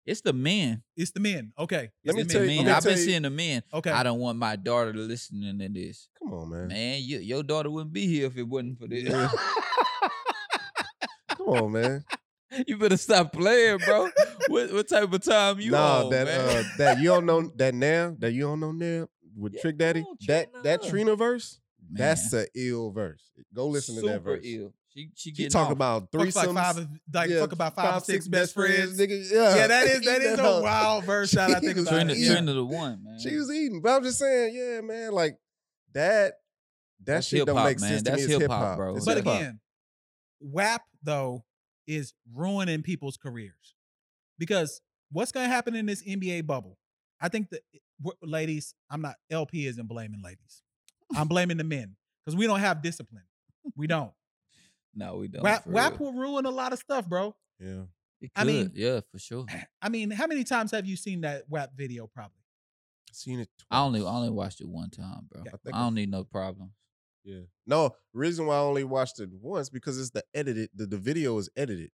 B: It's the men.
F: It's the men. Okay.
D: Let
F: It's
D: me
F: the
B: It's
D: tell
B: the
F: men.
D: you-
B: men.
D: let me
B: I've
D: tell
B: been
D: you-
B: seeing the men.
F: Okay.
B: I don't want my daughter to listening to this.
D: come on, man.
B: Man, you, your daughter wouldn't be here if it wasn't for this.
D: Yeah. Come on, man.
B: you better stop playing, bro. what, what type of time you
D: nah,
B: on,
D: that
B: man?
D: uh, that you don't know that now that you don't know now with
B: Yeah,
D: Trick Daddy.
B: come on,
D: That that
B: Trina.
D: Trina verse. That's
B: Man,
D: a ill verse. Go listen to
B: super
D: that verse.
B: Ill. She she
D: She
B: getting
D: talk
B: off.
D: about
F: Fuck like
D: threesomes.
F: five, of- like
D: yeah,
F: fuck about five, or six best friends.
D: nigga. Yeah,
F: Yeah, that is that is a wild verse. Shout out, I think
D: Jesus.
F: about
B: Trina,
F: it. Yeah.
B: Trina the one, man.
D: She was eating, but I'm just saying, yeah, man, like that. That
B: That's
D: shit don't
B: hip-hop,
D: make
B: man.
D: sense to
B: That's
D: me. It's hip
B: hip-hop,
D: hop,
B: bro.
D: It's
F: But
D: hip-hop.
F: again, WAP though is ruining people's careers because what's going to happen in this NBA bubble? I think that w- ladies, I'm not LP isn't blaming ladies. I'm blaming the men because we don't have discipline. We don't.
B: no, we don't.
F: WAP,
B: for real.
F: WAP will ruin a lot of stuff, bro.
D: yeah.
B: It
F: I mean-
B: could, yeah, for sure.
F: I mean, how many times have you seen that WAP video? Probably.
D: Seen it.
B: I only I
D: twice.
B: only watched it one time, bro.
D: Yeah, I think
B: I, don't need no problem.
D: Yeah. No reason why I only watched it once because it's the edited. The, the video is edited.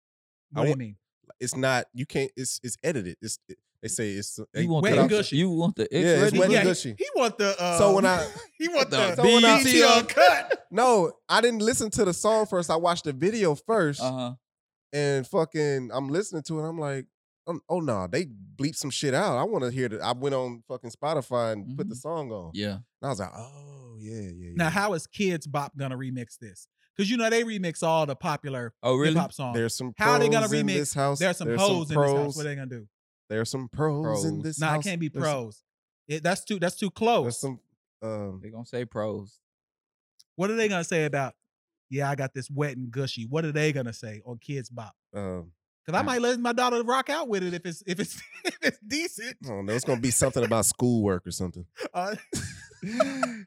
F: What
D: I
F: do you
D: wa-
F: mean?
D: It's not. You can't. It's it's edited. It's it, they say it's. they
B: You want the
F: wet
D: cut
F: and
D: out-
F: good gushy.
B: you want the
D: Yeah, it's
B: X-rated
D: wet and
B: one?
F: he-
D: gushy.
F: He want the. Uh,
D: So when I-
F: he want
B: The
F: the,
D: So when I-
F: BTL cut.
D: No, I didn't listen to the song first. I watched the video 1st
B: Uh-huh.
D: and fucking I'm listening to it. I'm like, um, oh no, they bleep some shit out. I want to hear that. I went on fucking Spotify and put the
B: Mhm.
D: song on.
B: Yeah.
D: And I was like, oh yeah, yeah. yeah.
F: Mm-hmm. Now, how is Kids Bop gonna remix this? Because you know they remix all the popular
B: Oh, really?
F: hip hop songs.
D: there's some
F: how they
D: pros
F: gonna
D: in
F: remix?
D: this house?
F: There's some
D: there's
F: hoes in this house.
D: pros.
F: What are they gonna do?
D: There's some pros, in
B: Pros.
D: this
F: Nah,
D: house.
F: it can't be
D: There's-
F: pros. It, that's too. That's too
D: There's
F: close.
D: some. Um,
B: They're gonna say pros.
F: what are they gonna say about? Yeah, I got this wet and gushy. What are they gonna say on Kids Bop?
D: um,
F: Because I
B: Mm.
F: might let my daughter rock out with it if it's if it's if it's decent.
D: I don't know. It's gonna be something about schoolwork or something.
F: Uh,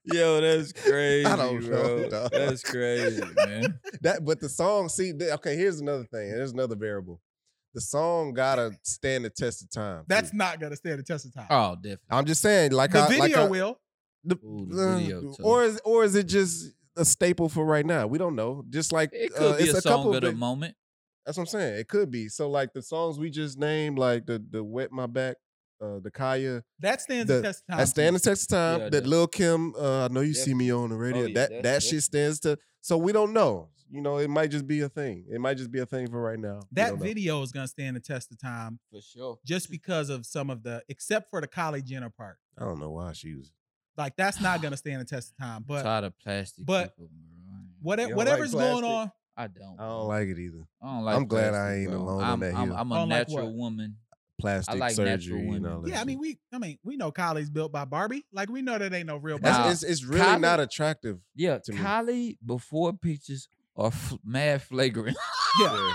B: Yo, that's crazy.
D: don't know, dog.
B: That's crazy, man.
D: That, but the song. See, th- okay. Here's another thing. Here's another variable. The song gotta stand the test of time. too.
F: that's not gonna stand the test of time.
B: Oh, definitely.
D: I'm just saying, like
F: the
D: I,
F: video
D: like I,
F: will.
D: The,
B: Ooh, the
D: uh,
B: video tough.
D: or is or is it just a staple for right now? We don't know. Just like
B: It
D: uh,
B: could be
D: it's
B: a, song of the
D: big-
B: moment.
D: That's what I'm saying. It could be. So like the songs we just named, like the the wet my back, uh, the Kaya,
F: That stands
D: The-
F: the test of time.
D: that stands the test of time.
B: Yeah,
D: that
B: def-
D: Lil Kim, uh, I know you see
B: def-
D: me on the radio.
B: yeah,
D: that
B: def-
D: that shit stands to. So we don't know. You know, it might just be a thing. It might just be a thing for right now. We
F: that
D: don't know. Mm.
F: video is gonna stand the test of time.
B: For sure.
F: just because of some of the except for the Kylie Jenner part.
D: I don't know why she was.
F: Like that's not gonna stand the test of time. But
B: tired of plastic
F: but
B: people, bro.
F: what, e,
D: You don't like
F: whatever's going
D: plastic?
F: on,
B: I don't.
D: I
B: bro.
D: don't like it either.
B: I don't like
D: Oh, I'm glad I
B: plastic,
D: ain't
B: bro.
D: alone on
B: I'm,
D: that
B: I'm,
D: hill.
B: I'm a
F: Don't like
B: natural
F: what?
B: woman.
D: Plastic
B: like natural
D: surgery and
B: women.
D: all that.
F: yeah, I mean
D: shit.
F: we, I mean we know Kylie's built by Barbie. Like we know that ain't no real
D: That's-
B: Nah.
F: Barbie.
D: it's, it's really
B: Kylie-
D: not attractive.
B: Yeah,
D: to me.
B: Kylie before pictures are f- mad flagrant.
F: Yeah,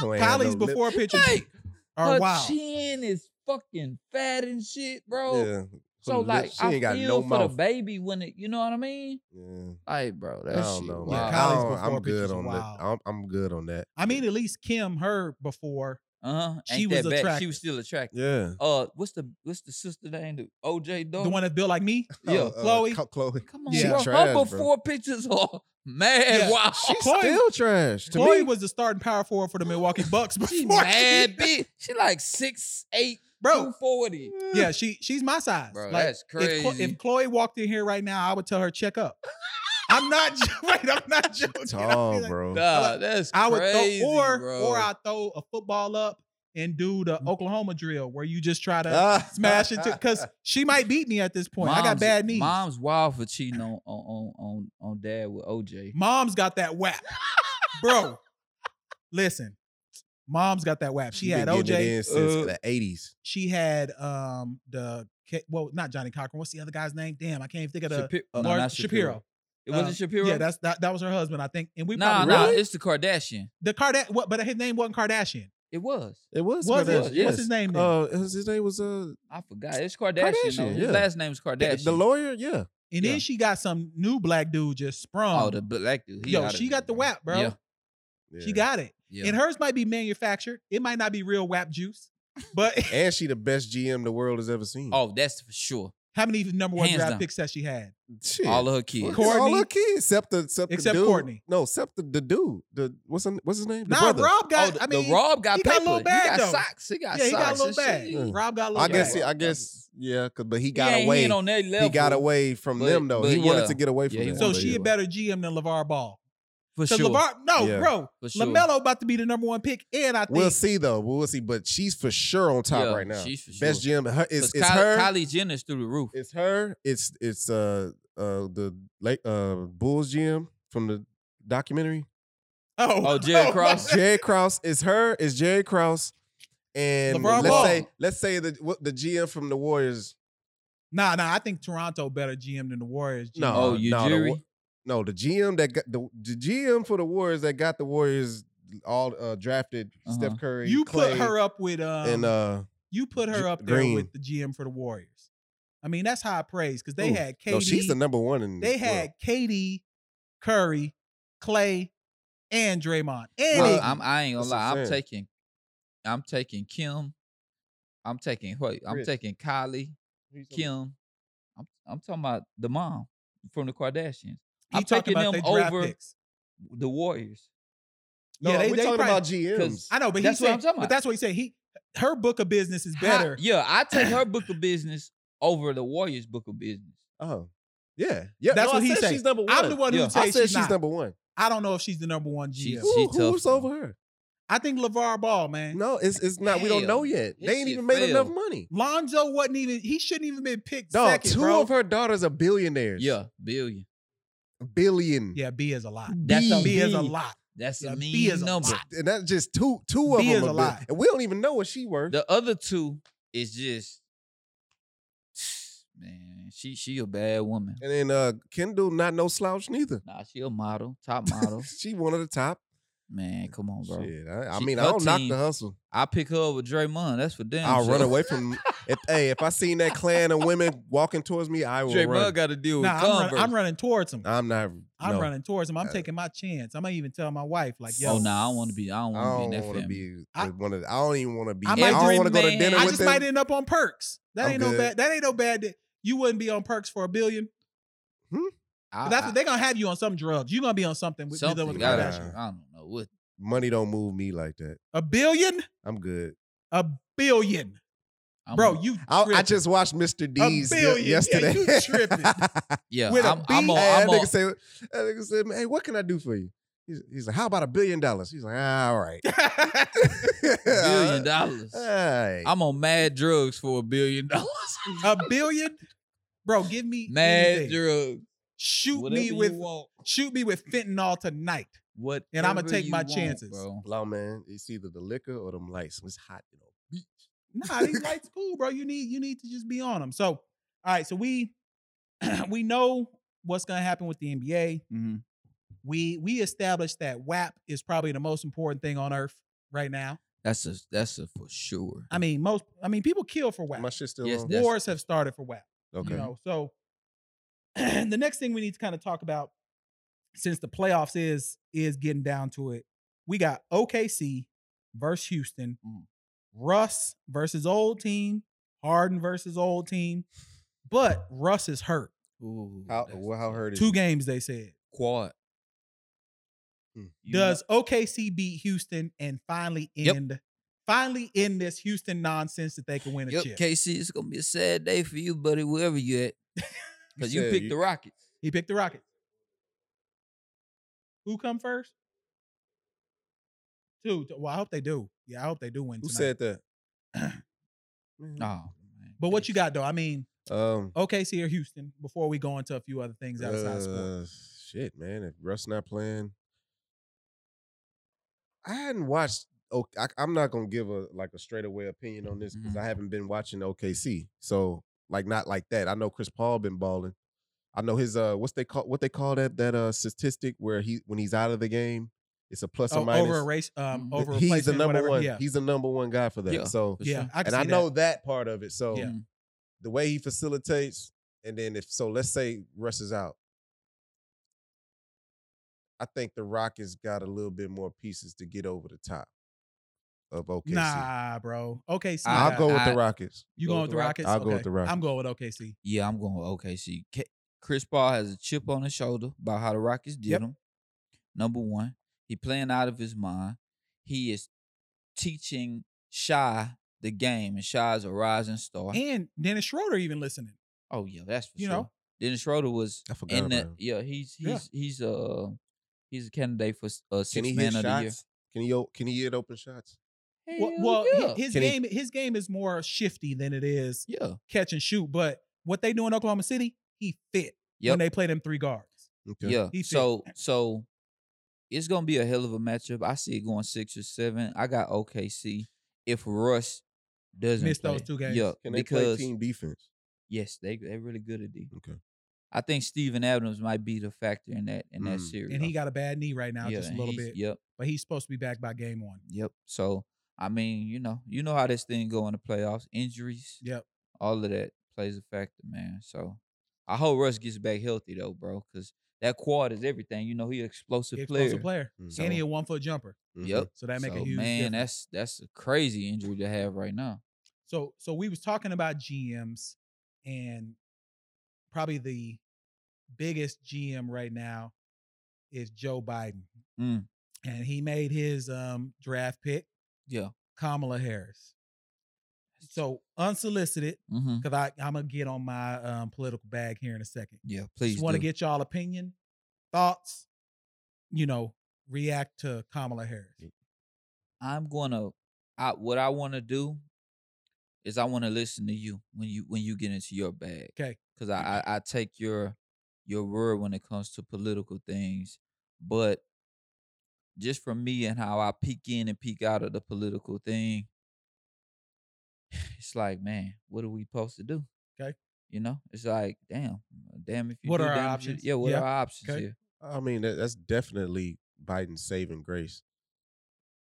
D: Who ain't had
F: Kylie's
D: no lip-
F: before pictures
B: like
F: are
B: her
F: wild.
B: chin is fucking fat and shit, bro.
D: Yeah.
B: So
D: Her
B: like,
D: lips-
B: I feel for the baby when it, you know what I mean?
D: Yeah.
B: Like, bro,
D: I
B: that
D: don't
B: shit.
D: know.
F: Yeah,
B: wild.
D: man.
F: Kylie-
D: I
F: Kylie's
D: don't-
F: before
D: I'm good
F: pictures
D: on
F: are
D: that.
F: wild.
D: I'm, I'm good on that.
F: I mean, at least Kim, her before.
B: Uh-huh.
F: She
B: Ain't
F: was
B: that bad. She
F: attractive.
B: was still attractive.
D: yeah.
B: Uh, what's the what's the sister name? The OJ Dawson.
F: The one that's built like me,
B: Yeah,
D: Oh, uh,
F: Chloe.
D: Co- Chloe.
B: Come on,
F: She
B: bro.
D: trash,
B: her
D: bro.
B: before pictures are mad
F: Yeah.
B: wild.
F: She Chloe-
D: Still trash. To
F: Chloe
D: me,
F: was the starting power forward for the Milwaukee Bucks before.
B: She
F: Kim-
B: mad bitch. She like six eight,
F: bro.
B: 240.
F: Yeah, she she's my size.
B: Bro,
F: like
B: that's
F: if,
B: crazy.
F: Chlo- if Chloe walked in here right now, I would tell her check up. I'm not jo- wait, I'm not joking. I'd be
D: tall,
F: like,
D: bro.
B: Nah, that's
F: I would
B: crazy,
F: throw or
B: bro.
F: or I throw a football up and do the Oklahoma drill where you just try to
D: Ah.
F: smash it because she might beat me at this point. I got
B: Mom's-
F: bad knees. Mom,
B: Mom's wild for cheating on on on on, on dad with OJ.
F: has got that whap, bro. Listen, mom's got that whap. She,
D: She
F: had
D: been getting it
F: OJ.
D: in since
B: uh,
D: the '80s.
F: She had um the K- well, not Johnny Cochran. What's the other guy's name? Damn, I can't even think of the
B: Shapi- no,
F: Lawrence
B: not
F: Shapiro.
B: It wasn't
F: Uh,
B: Shapiro.
F: Yeah, that's that, that was her husband, I think. And we
B: nah,
F: probably
B: nah.
F: Really?
B: It's the Kardashian.
F: the Karda- what but his name wasn't Kardashian.
B: It was.
D: It was.
F: Was
B: it?
D: Kardashian,
B: What's
F: his name then?
D: Uh, his, his name was uh
B: I forgot. It's Kardashian. though.
D: Kardashian,
B: His
D: yeah.
B: last name is
D: the,
B: Kardashian.
D: the lawyer. Yeah,
F: And
B: Yeah.
F: then she got some new black dude just sprung.
B: Oh, the black dude. He
F: Yo,
B: outta
F: she
B: here,
F: got the
B: bro.
F: WAP, bro.
B: Yeah,
F: She
D: Yeah.
F: got it.
B: yeah.
F: And hers might be manufactured. It might not be real WAP juice. But
D: And she the best GM the world has ever seen.
B: oh, that's for sure.
F: how many number one
B: Hands
F: draft
B: down.
F: picks that she had?
D: shit.
B: All of her
D: Fuck,
B: kids. Oh,
F: Courtney.
D: All her kids, except the except, the
F: Except
D: dude.
F: Courtney.
D: No, except the, the dude. The what's his, what's his name? The
F: Nah,
D: brother.
F: Rob got
B: oh, the,
F: I mean
B: the Rob got
F: he
B: paper.
F: got a little bag,
B: he got
F: though.
B: socks. He got
F: Yeah, he got a
B: socks.
F: little
B: and
F: bag.
B: shit.
D: Yeah.
F: Rob got a little
D: I guess.
F: bag.
D: He, I guess. Yeah, 'cause- but he
B: Yeah,
D: got
B: he
D: away.
B: ain't on that level.
D: He got away from
B: But-
D: them though.
B: but
D: He
B: yeah.
D: wanted to get away from
B: Yeah, he
D: them.
F: so
B: wanted
D: but
B: to
F: she
D: yeah.
F: a better GM than LeVar Ball.
B: for
F: Because
B: sure.
F: LeVar, no,
D: Yeah.
F: bro.
B: For sure.
F: LaMelo about to be the number one pick. And I think
D: We'll see though. We'll see. But she's for sure on top
B: Yeah,
D: right now.
B: she's for
D: Best GM. Her,
B: 'Cause
D: it's, it's
B: Ky-
D: her.
B: Kylie Jenner's through the roof.
D: It's her. It's it's uh uh the late uh Bulls GM from the documentary.
B: Oh, Jerry Cross.
D: Jerry Krause. It's her. It's Jerry Krause. And
F: LeVar
D: let's
F: Ball.
D: say let's say the what the GM from the Warriors.
F: Nah, nah, I think Toronto better GM than the Warriors. GM.
D: No,
B: oh, you
D: no, the,
B: jury.
D: Wa- no, the GM that got the, the GM for the Warriors that got the Warriors all uh, drafted
B: Uh-huh.
D: Steph Curry.
F: you
D: Clay,
F: put her up with um,
D: and uh
F: you put her
D: J-
F: up there
D: Green.
F: with the GM for the Warriors. I mean, that's high praise because they
D: Ooh,
F: had Katie.
D: no, she's the number one in
F: they
D: the world.
F: had Katie, Curry, Clay, and Draymond. And
B: Well,
F: Iggy.
B: I'm, I ain't gonna
D: That's what
B: lie.
D: I'm
B: I'm
D: saying.
B: taking, I'm taking Kim. I'm taking wait, I'm
D: Chris.
B: taking Kylie, Kim. I'm I'm talking about the mom from the Kardashians.
F: He
B: I'm taking
F: talking about
B: them
F: they draft
B: over
F: picks.
B: the Warriors.
D: No,
F: yeah, they-
D: we're
F: they
D: talking
F: probably-
D: about GMs.
F: I know, but
B: That's
F: he
B: what
F: said,
B: I'm talking
F: but
B: about.
F: that's what he said. He her book of business is
B: How-
F: better.
B: yeah, I take her book of business over the Warriors book of business.
D: Oh, yeah, yeah.
F: That's
D: no, I
F: what he
D: said
F: said.
D: She's number one.
F: I'm the one
B: Yeah.
F: who
D: I
F: says
D: said
F: she's,
D: she's
F: not.
D: number one.
F: I don't know if she's the number one GM.
B: She-
D: Who,
B: tough,
D: who's
B: though.
D: over her?
F: I think LeVar Ball, man.
D: No, it's it's not. We don't
B: Hell,
D: know yet.
B: this
D: They ain't
B: shit
D: even made enough
B: failed.
D: money.
F: Lonzo wasn't even. He shouldn't even been picked
D: Dog,
F: second,
D: two
F: bro.
D: of her daughters are billionaires.
B: Yeah, billion.
D: billion.
F: yeah, B is a lot.
B: That's a
F: B is a
B: mean-
F: lot.
B: That's
F: Yeah,
B: a
F: B
B: mean
F: is a
B: number.
F: lot.
D: and that's just two two of
F: B is
D: them.
F: a
D: Are bill-
F: lot.
D: and we don't even know what she worth.
B: The other two is just man. She she a bad woman.
D: and then uh, Kendall, not no slouch neither.
B: Nah, she a model, top model.
D: she one of the top.
B: man, come on, bro.
D: Shit, I, I
B: She-
D: mean,
B: her
D: I don't knock
B: team-
D: the hustle.
B: I pick her up with Draymond. That's for damn.
D: I'll
B: sure.
D: run away from. if, hey, if I seen that clan of women walking towards me, I will
B: Draymond
D: run.
B: got to deal with
F: Nah, I'm, run-
B: Converse.
F: I'm running towards him.
D: I'm not.
F: I'm
D: no.
F: running towards him. I'm
D: Uh,
F: taking my chance. I'm gonna even tell my wife, like, yo,
B: oh no, I don't want to be. I don't
D: I
B: want to be
D: don't
B: in that
D: want to
B: family.
D: be
F: I-
D: one of. I don't even want to be.
F: I
D: I,
F: might
D: don't want to go to
B: dream,
D: dinner
B: man.
F: I
D: with
F: just
D: them.
F: might end up on perks. That
D: I'm
F: ain't no
D: good.
F: bad. That ain't no bad. That you wouldn't be on perks for a billion.
B: I,
F: But that's
B: I-
F: what they're gonna have you on some drugs. You're gonna be on something with,
B: something
F: with the
B: gotta-
F: Kardashians.
D: Kardashians.
B: I don't know what.
D: Money don't move me like that.
F: A billion,
D: I'm good.
F: a billion,
B: I'm
F: bro.
B: on-
F: You,
D: I, I
F: tripping.
D: just watched Mr. D's ye-
F: billion. Yeah,
D: yesterday.
F: you tripping.
B: yeah,
F: with a
B: I'm, I'm
F: beat-
B: on.
D: Hey, that
B: Oh, I'm on
D: nigga said, that nigga said, "Hey, what can I do for you?" He's, he's like, "How about a billion dollars?" He's like, ah, "All right,
F: uh,
B: billion dollars.
D: Hey.
B: I'm on mad drugs for a billion dollars.
F: a billion, bro. Give me
B: mad
F: anything.
B: drugs.
F: Shoot
B: Whatever
F: me
B: you
F: with
B: want.
F: shoot me with fentanyl tonight.
B: what,
F: I'ma take my chances.
B: bro.
D: Law man, it's either the liquor or them lights. It's hot, you know. Beach.
F: Nah, these lights cool, bro. You need you need to just be on them. So, all right. So we we know what's gonna happen with the NBA.
D: Mm-hmm.
B: Mhm.
F: We we established that WAP is probably the most important thing on earth right now.
B: That's a that's a for sure.
F: I mean, most I mean people kill for
D: My
F: WAP.
D: shit still
B: Yes,
D: on.
B: that- that's-
F: Wars have started for WAP.
D: okay.
F: You know, so the next thing we need to kind of talk about, since the playoffs is is getting down to it, we got OKC versus Houston,
B: Mm.
F: Russ versus old team, Harden versus old team, but Russ is hurt.
B: Ooh,
D: How
B: that's
D: well, how
B: tough.
D: hurt is
F: Two games they said.
B: quad.
D: Hmm.
B: You
F: Does OKC beat Houston and finally
B: Yep.
F: end finally end this Houston nonsense that they can win a
B: know, yep,
F: chip?
B: KC, it's gonna be a sad day for you, buddy, wherever you at, because you
D: said
B: picked
D: you-
B: the Rockets.
F: He picked the Rockets. Who come first? Two. Well, I hope they do. Yeah, I hope they do win.
D: Who
F: tonight.
D: said that?
B: Oh, man.
F: But what you got though? I mean,
D: Um,
F: OKC or Houston? Before we go into a few other things outside sports.
D: uh, shit, man. If Russ not playing, I hadn't watched. Oh, I, I'm not gonna give a like a straightaway opinion on this
F: Mm-hmm.
D: because
B: Mhm.
D: I haven't been watching OKC. So like not like that. I know Chris Paul been balling. I know his uh, what's they call what they call that that uh statistic where he when he's out of the game, it's a plus
F: Oh,
D: or minus.
F: over a race, um,
B: Mm.
F: over
D: he's the
F: replacement,
D: number
F: whatever.
D: one.
F: Yeah,
D: He's the number one guy for that.
B: Yeah.
D: So
B: For
F: yeah.
B: sure.
F: I can
D: and I
F: see
D: know
F: that.
D: that part of it. So
F: Yeah.
B: Mhm.
D: the way he facilitates, and then if so, let's say Russ is out. I think the Rockets got a little bit more pieces to get over the top of OKC.
F: Nah, bro. OKC.
D: I'll
F: got-
D: go with
B: I-
D: the Rockets.
F: You
B: Go
F: going
B: with
F: with
B: the
F: the
B: Rockets?
F: Rockets?
D: I'll go with the Rockets.
F: I'm going with OKC.
B: Yeah, I'm going with OKC. K- Chris Paul has a chip on his shoulder about how the Rockets did
F: Yep.
B: him. Number one, he playing out of his mind. He is teaching Shy the game, and Shy is a rising star.
F: And Dennis Schroeder even listening.
B: oh yeah, that's for
F: You
B: sure.
F: know.
B: Dennis Schroeder was
D: I forgot
B: in
D: about
B: the
D: him.
B: yeah. He's
F: Yeah.
B: he's he's uh he's a candidate for s- uh,
D: Can
B: six
D: he
B: man
D: hit
B: of the year.
D: shots? Can he o- can he hit open shots?
F: Well,
B: Hell
F: well hi-
B: yeah.
F: his
D: Can he-
F: game his game is more shifty than it is
B: yeah,
F: catch and shoot. But what they do in Oklahoma City, he fit
B: Yep.
F: when they play them three guards.
D: Okay.
B: yeah.
F: He fit.
B: So so it's gonna be a hell of a matchup. I see it going six or seven. I got OKC if Russ doesn't
F: Miss those
B: play.
F: two games.
B: Yeah,
D: Can they play
B: because
D: team defense?
B: yes, they they're really good at D.
D: Okay.
B: I think Steven Adams might be the factor in that in that
D: Mm.
B: series.
F: And he got a bad knee right now,
B: Yeah,
F: just a
B: and
F: little
B: he's-
F: bit.
B: Yep,
F: But he's supposed to be back by game one.
B: yep. So I mean, you know, you know how this thing go in the playoffs, injuries.
F: Yep.
B: all of that plays a factor, man. So I hope Russ gets back healthy though, bro, because that quad is everything. You know, he explosive,
F: Explosive
B: player.
F: player.
D: Mhm.
F: and he a one foot jumper.
D: Mhm.
B: Yep.
F: So that make
B: so,
F: a huge
B: man.
F: difference.
B: That's that's a crazy injury to have right now.
F: So so we was talking about GMs and probably the biggest GM right now is Joe Biden.
B: Mm.
F: And he made his um draft pick,
B: Yeah.
F: Kamala Harris. So unsolicited,
B: Mm-hmm.
F: because I I'm gonna get on my um, political bag here in a second.
B: Yeah. Please.
F: Just want to
B: do.
F: get y'all opinion, thoughts, you know, react to Kamala Harris.
B: I'm gonna. I what I want to do is I want to listen to you when you when you get into your bag.
F: 'Kay.
B: Because I, I I take your your word when it comes to political things, but just from me and how I peek in and peek out of the political thing, it's like, man, what are we supposed to do?
F: 'Kay.
B: You know, it's like, damn, damn if you.
F: What
B: do,
F: are our
B: damn if you-
F: options?
B: Yeah, what
F: Yeah.
B: are our options
F: 'Kay.
B: here?
D: I mean, that, that's definitely Biden's saving grace.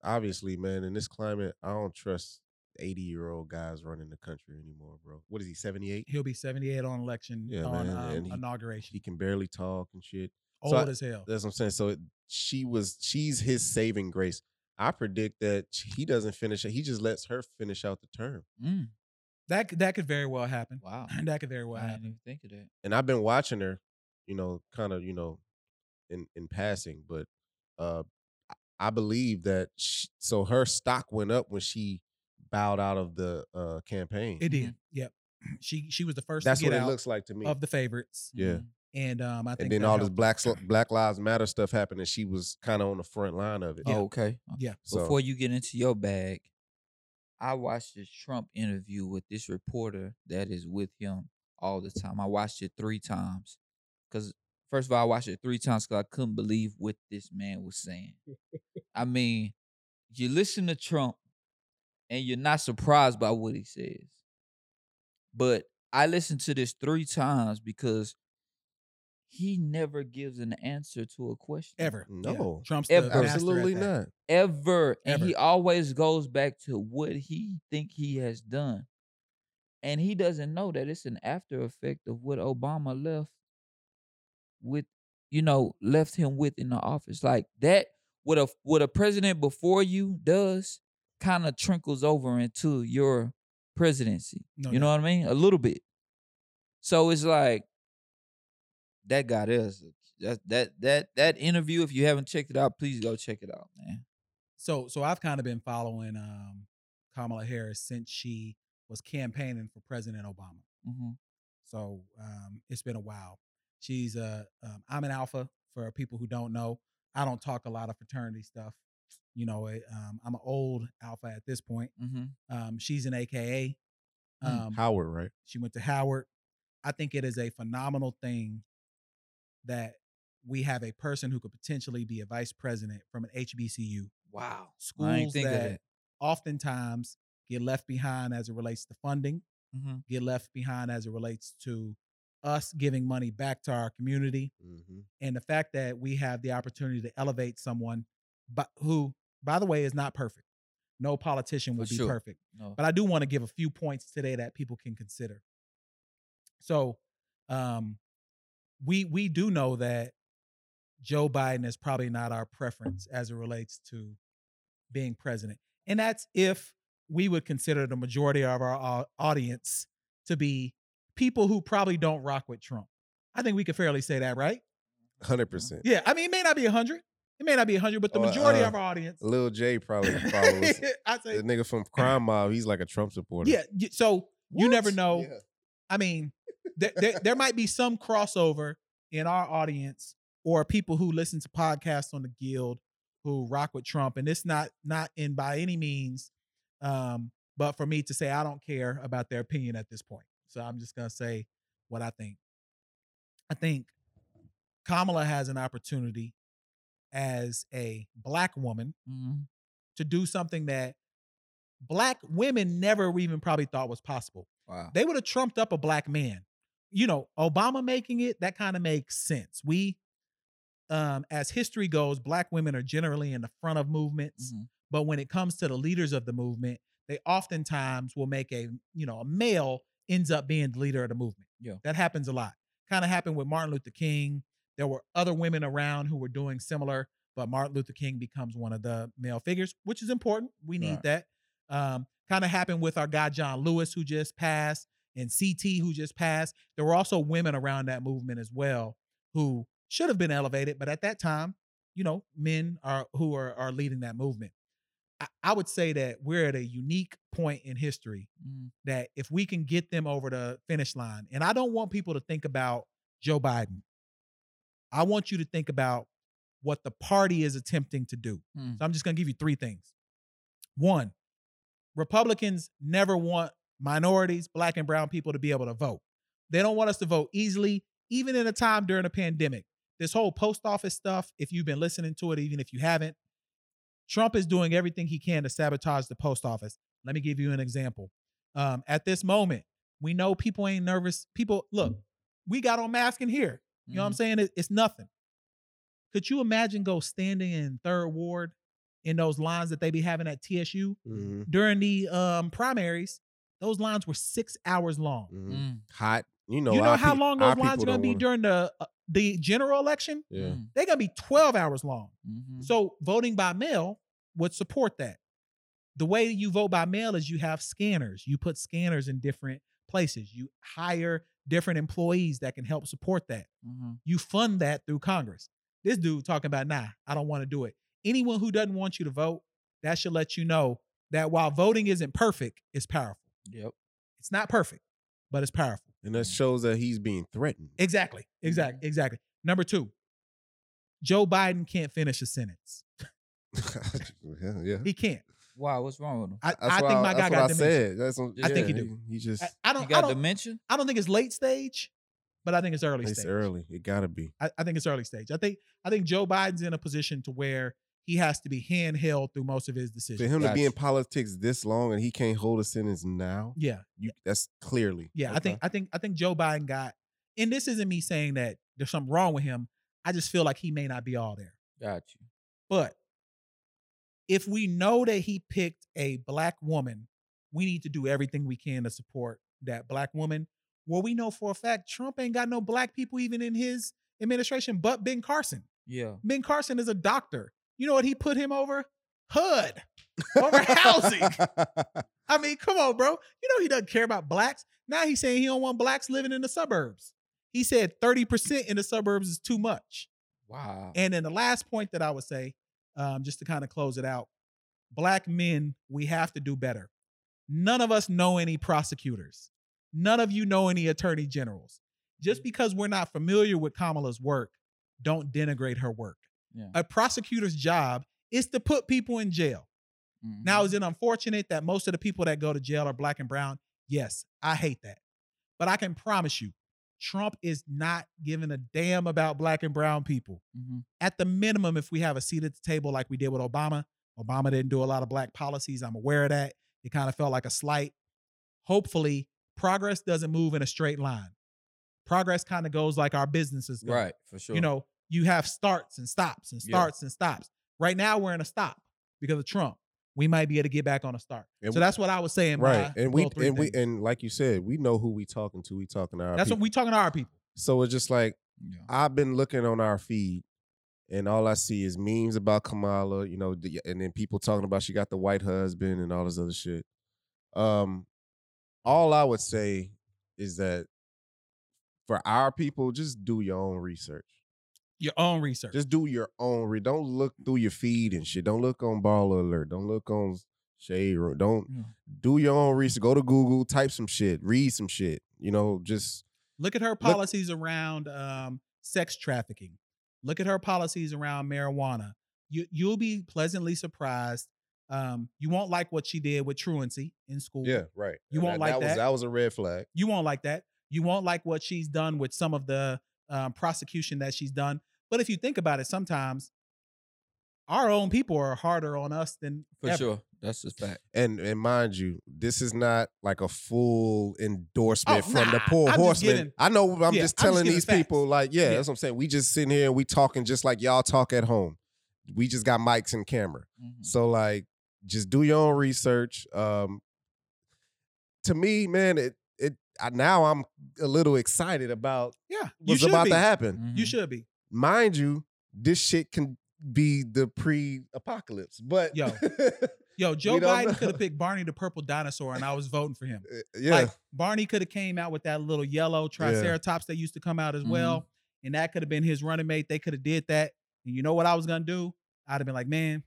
D: Obviously, man, in this climate, I don't trust 80 year old guys running the country anymore, bro. What is he, 78?
F: He'll be 78 on election
D: Yeah,
F: on
D: man,
F: um,
D: and he-
F: inauguration.
D: He can barely talk and shit. so
F: Old
D: I-
F: as hell.
D: That's what I'm saying. So it, she was, she's his saving grace. I predict that he doesn't finish it. He just lets her finish out the term.
B: Mm,
F: That c- that could very well happen.
B: wow.
F: That could very well
B: I didn't
F: happen.
B: even think of that.
D: and I've been watching her, you know, kind of, you know, in in passing, but uh I- I believe that sh so her stock went up when she bowed out of the uh campaign.
F: It
B: Mhm.
F: did. Yep. She she was the first
D: That's
F: to get
D: what it
F: out
D: looks like to me.
F: of the favorites,
D: Yeah.
B: Mhm.
F: and um, I
D: and
F: think
D: then
F: that
D: all this
F: helped.
D: black sl- Black Lives Matter stuff happened, and she was kind of on the front line of it.
B: Oh, okay.
F: Yeah.
D: So-
B: Before you get into your bag, I watched this Trump interview with this reporter that is with him all the time. I watched it three times. Cause first of all, I watched it three times because I couldn't believe what this man was saying. I mean, you listen to Trump and you're not surprised by what he says. But I listened to this three times because he never gives an answer to a question.
F: ever. Yeah.
D: No.
F: Trump's the
B: Ever.
F: master at
D: Absolutely
F: that.
D: not.
B: ever. And he
F: Ever.
B: always goes back to what he think he has done. And he doesn't know that it's an after effect of what Obama left with, you know, left him with in the office. Like that, what a what a president before you does kind of trickles over into your presidency.
F: No
B: you know what I mean? A little bit. So it's like that guy there's that that that that interview, if you haven't checked it out, please go check it out, man.
F: So so I've kind of been following um, Kamala Harris since she was campaigning for President Obama.
B: Mm-hmm.
F: So um, it's been a while. She's uh, a um, I'm an alpha for people who don't know. I don't talk a lot of fraternity stuff. You know, it, um, I'm an old alpha at this point.
B: hmm
F: Um, she's an AKA.
B: Mm.
F: Um,
D: Howard, right?
F: She went to Howard. I think it is a phenomenal thing that we have a person who could potentially be a vice president from an HBCU.
B: Wow. mm-hmm. I ain't
F: Schools
B: think of
F: that
B: that.
F: oftentimes get left behind as it relates to funding,
B: hmm
F: get left behind as it relates to us giving money back to our community.
D: Mm-hmm.
F: And the fact that we have the opportunity to elevate someone but who, by the way, is not perfect. No politician
B: For
F: would be
B: sure.
F: perfect.
B: No.
F: But I do want to give a few points today that people can consider. So, um, we we do know that Joe Biden is probably not our preference as it relates to being president, and that's if we would consider the majority of our au- audience to be people who probably don't rock with Trump. I think we could fairly say that, right?
D: 100%.
F: Yeah, I mean, it may not be hundred, it may not be hundred, but the
D: Or,
F: majority
D: uh,
F: of our audience.
D: Lil J probably follows.
F: I say,
D: the nigga from Crime Mob, he's like a Trump supporter.
F: yeah. y- So you never know.
D: Yeah.
F: I mean, there, there, there might be some crossover in our audience or people who listen to podcasts on the Guild who rock with Trump, and it's not not in by any means. Um, but for me to say I don't care about their opinion at this point, so I'm just gonna say what I think. I think Kamala has an opportunity as a black woman
B: Mhm.
F: to do something that black women never even probably thought was possible
B: Wow.
F: they would have trumped up a black man. You know, Obama making it, that kind of makes sense. We, um, as history goes, black women are generally in the front of movements,
B: Mhm.
F: but when it comes to the leaders of the movement, they oftentimes will make a, you know, a male ends up being the leader of the movement.
B: Yeah.
F: That happens a lot. Kind of happened with Martin Luther King. There were other women around who were doing similar, but Martin Luther King becomes one of the male figures, which is important. We need
B: Right.
F: that. Um, kind of happened with our guy John Lewis, who just passed, and CT, who just passed. There were also women around that movement as well who should have been elevated, but at that time, you know, men are who are are leading that movement. I, I would say that we're at a unique point in history
B: Mhm.
F: that if we can get them over the finish line, and I don't want people to think about Joe Biden. I want you to think about what the party is attempting to do.
B: Hmm.
F: So I'm just going to give you three things. One, Republicans never want minorities, black and brown people to be able to vote. They don't want us to vote easily, even in a time during a pandemic. This whole post office stuff, if you've been listening to it, even if you haven't, Trump is doing everything he can to sabotage the post office. Let me give you an example. Um, at this moment, we know people ain't nervous. People, look, we got on mask in here. You know what I'm
D: Mm-hmm.
B: Mhm.
F: saying? It- It's nothing. Could you imagine go standing in third ward in those lines that they be having at TSU
D: Mm-hmm.
F: during the um, primaries? Those lines were six hours long.
D: Mm-hmm.
B: Mm.
D: Hot. You know,
F: you know
D: our
F: how
D: peop-
F: long
D: our
F: those lines
D: people
F: are going to
D: don't
F: be
D: wanna-
F: during the uh, the general election?
D: Yeah.
B: Mm.
F: They're going to be twelve hours long.
D: Mm-hmm.
B: Mhm.
F: So voting by mail would support that. The way that you vote by mail is you have scanners. You put scanners in different places. You hire different employees that can help support that.
B: Mhm.
F: You fund that through Congress. This dude talking about, nah, I don't want to do it. Anyone who doesn't want you to vote, that should let you know that while voting isn't perfect, it's powerful.
B: Yep.
F: It's not perfect, but it's powerful.
D: And that shows that he's being threatened.
F: Exactly.
D: Mm-hmm.
F: Exactly. Exactly. Number two, Joe Biden can't finish a sentence.
D: yeah, yeah.
F: He can't.
B: Wow. What's wrong with him?
F: I,
D: That's
F: I
D: why
F: think my
D: that's
F: guy
D: what
F: got
D: I
F: dementia.
D: said. That's what,
B: I think
F: he
D: yeah,
F: do.
D: He just.
F: I, I don't.
B: He
F: I
B: got
F: don't,
B: dementia.
F: I don't think it's late stage, but I think it's early
D: it's
F: stage.
D: early. It gotta be.
F: I, I think it's early stage. I think I think Joe Biden's in a position to where he has to be handheld through most of his
D: For
F: decisions.
D: him to be
B: Gotcha.
D: in politics this long and he can't hold a sentence now,
F: Yeah.
D: you, that's clearly.
F: Yeah, I think I think I think Joe Biden got, and this isn't me saying that there's something wrong with him. I just feel like he may not be all there.
B: Got you.
F: But if we know that he picked a black woman, we need to do everything we can to support that black woman. Well, we know for a fact Trump ain't got no black people even in his administration, but Ben Carson.
B: Yeah.
F: Ben Carson is a doctor. You know what he put him over? HUD over housing. I mean, come on, bro. You know he doesn't care about blacks. Now he's saying he don't want blacks living in the suburbs. He said 30% in the suburbs is too much.
B: Wow.
F: And then the last point that I would say, um, just to kind of close it out, black men, we have to do better. None of us know any prosecutors. None of you know any attorney generals. Just because we're not familiar with Kamala's work, don't denigrate her work.
B: Yeah.
F: A prosecutor's job is to put people in jail.
B: Mhm.
F: Now, is it unfortunate that most of the people that go to jail are black and brown? Yes, I hate that. But I can promise you, Trump is not giving a damn about black and brown people.
B: Mhm.
F: At the minimum, if we have a seat at the table like we did with Obama, Obama didn't do a lot of black policies. I'm aware of that. It kind of felt like a slight. Hopefully, progress doesn't move in a straight line. Progress kind of goes like our businesses go.
B: right for sure.
F: You know, you have starts and stops and
B: Yeah.
F: starts and stops. Right now, we're in a stop because of Trump. We might be able to get back on a start.
D: And
F: so
D: we-
F: that's what I was saying.
D: right.
F: by
D: And we
F: Will
D: and
F: three
D: we
F: things.
D: and like you said, we know who we talking to. We talking to our.
F: that's what
D: people.
F: we talking to our people.
D: So it's just like
B: Yeah.
D: I've been looking on our feed, and all I see is memes about Kamala, you know, the- and then people talking about she got the white husband and all this other shit. Um, all I would say is that for our people, just do your own research.
F: Your own research.
D: Just do your own. Re- don't look through your feed and shit. Don't look on Baller Alert. Don't look on Shade Room. Don't
B: Yeah.
D: do your own research. Go to Google, type some shit, read some shit. You know, just
F: Look at her policies around um, sex trafficking. Look at her policies around marijuana. You you'll be pleasantly surprised. Um, you won't like what she did with truancy in school.
D: right.
F: You won't like
D: that. Was,
F: that?
D: that was a red flag.
F: You won't like that. You won't like what she's done with some of the um, prosecution that she's done. But if you think about it, sometimes our own people are harder on us than
B: for
F: ever.
B: sure. That's a fact.
D: And and mind you, this is not like a full endorsement
F: Oh,
D: from the
F: nah,
D: poor
F: I'm just
D: horseman.
F: getting-
D: I know I'm
F: Yeah, I'm
D: just
F: just
D: telling
F: getting
D: these
F: facts.
D: people, like, yeah,
F: Yeah.
D: that's what I'm saying. We just sitting here and we talking just like y'all talk at home. We just got mics and camera.
B: Mhm.
D: So like just do your own research. Um to me, man, it it I, now I'm a little excited about
F: Yeah, you
D: what's
F: should
D: about
F: be. Mm.
D: to happen. Mm-hmm.
F: You
B: Mhm.
F: should be.
D: Mind you, this shit can be the pre-apocalypse. But
F: Yo. Yo, Joe
D: don't know.
F: Biden could have picked Barney the purple dinosaur, and I was voting for him.
D: yeah.
F: Like Barney could have came out with that little yellow triceratops that used to come out as
D: Mm-hmm.
B: Mhm.
F: well, and that could have been his running mate. They could have did that. And you know what I was gonna do? I'd have been like, man,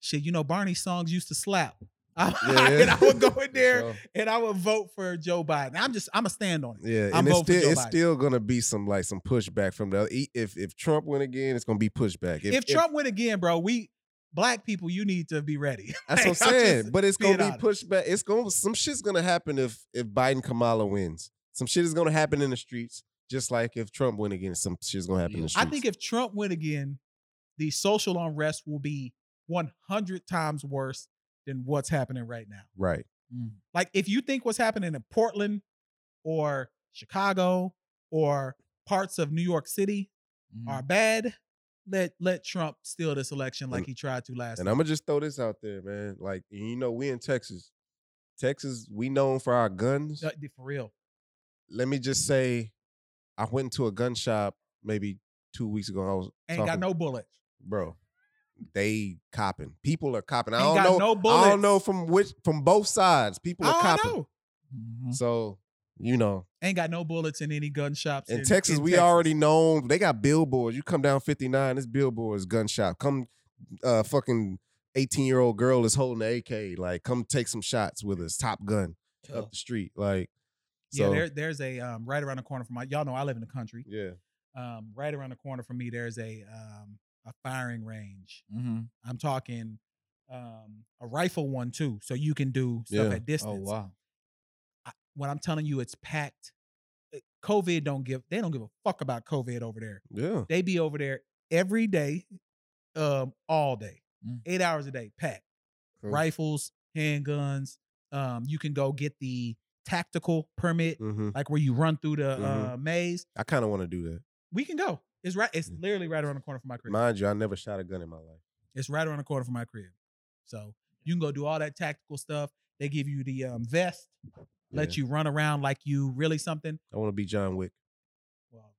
F: shit, you know Barney's songs used to slap.
D: Yeah,
F: and
D: yeah.
F: I would go in there
D: So,
F: and I would vote for Joe Biden. I'm just I'm a stand on it.
D: yeah,
F: I'm
D: and it's
F: voting for
D: still
F: Joe
D: it's
F: Biden.
D: still gonna be some like some pushback from the other. e- If if Trump went again, it's gonna be pushback.
F: If, Trump went again, bro, we black people, you need to be ready.
D: that's what I'm
F: Like, I'm
D: saying.
F: just
D: but it's gonna
F: being
D: be pushback. It's gonna some shit's gonna happen if if Biden Kamala wins. Some shit is gonna happen in the streets, just like if Trump went again. Some shit's gonna happen in the
F: I
D: streets.
F: think if Trump went again, the social unrest will be 100 times worse than what's happening right now.
D: right.
B: Mhm.
F: Like if you think what's happening in Portland or Chicago or parts of New York City
B: Mhm.
D: Mm-hmm.
F: are bad, let let Trump steal this election like
D: And-
F: he tried to last.
D: And I'm gonna just throw this out there, man. Like you know, we in Texas. Texas, we known for our guns.
F: time. Uh, for real.
D: Let me just say, I went into a gun shop maybe two weeks ago. and I was
F: Ain't got
D: talking-
F: no bullets.
D: bro. They copping. People are copping. I
F: Ain't got
D: don't know.
F: no
D: I don't
F: bullets. Oh,
D: know from which from both sides. People are
F: I
D: copping.
F: don't know.
B: Mhm.
D: So you know,
F: Ain't got no bullets in any gun shops.
D: in, Texas, we already known they got billboards. You come down fifty nine, this billboard is gun shop. Come, uh, fucking eighteen year old girl is holding an AK. Like, come take some shots with us. Top Gun
B: Tough.
D: up the street. Like,
F: Yeah,
D: so
F: there, there's a um, right around the corner from my y'all know I live in the country.
D: yeah.
F: Um, right around the corner from me, there's a um, a firing range.
B: Mhm.
F: I'm talking um, a rifle one too, so you can do stuff
D: Yeah.
F: at distance.
B: Oh wow.
F: I- when I'm telling you, it's packed. Uh, COVID don't give they don't give a fuck about COVID over there.
D: Yeah,
F: They be over there every day, um, all day,
B: Mm.
F: eight hours a day, packed.
D: Cool.
F: Rifles, handguns. Um, you can go get the tactical permit,
D: hmm
B: Mm.
F: like where you run through the
D: Mhm.
B: Mm-hmm.
F: uh, maze.
D: I kind of want to do that.
F: We can go. It's right. It's
D: Mm.
F: literally right around the corner from my crib.
D: Mind you, I never shot a gun in my life.
F: It's right around the corner from my crib. So you can go do all that tactical stuff. They give you the um, vest, let you run around like you really something.
D: I want to be John Wick.
F: Well,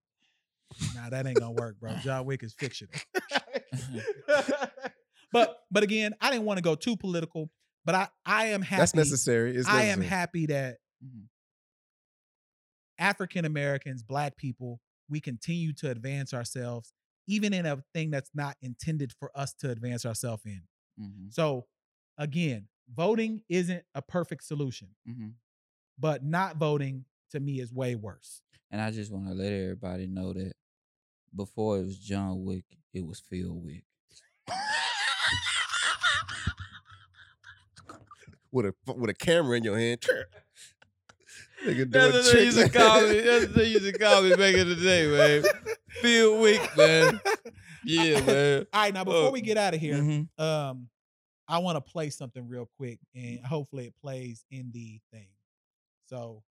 F: nah, that ain't gonna work, bro. John Wick is fictional. but but again, I didn't want to go too political, but I I am happy.
D: That's necessary. It's
F: I am
D: necessary.
F: happy that
B: Mhm.
F: African Americans, Black people, we continue to advance ourselves, even in a thing that's not intended for us to advance ourselves in.
B: Mhm.
F: So again, voting isn't a perfect solution,
B: Mhm.
F: but not voting to me is way worse.
B: And I just want to let everybody know that before it was John Wick, it was Phil Wick.
D: with a with a camera in your hand. Nigga
B: That's
D: doing
B: what they used to
D: tricks.
B: call me. That's what they used to call me back in the day, man. Feel weak, man. Yeah, man.
F: All right, now before
B: Uh,
F: we get out of here,
B: Mhm.
F: um, I want to play something real quick, and hopefully it plays in the thing. So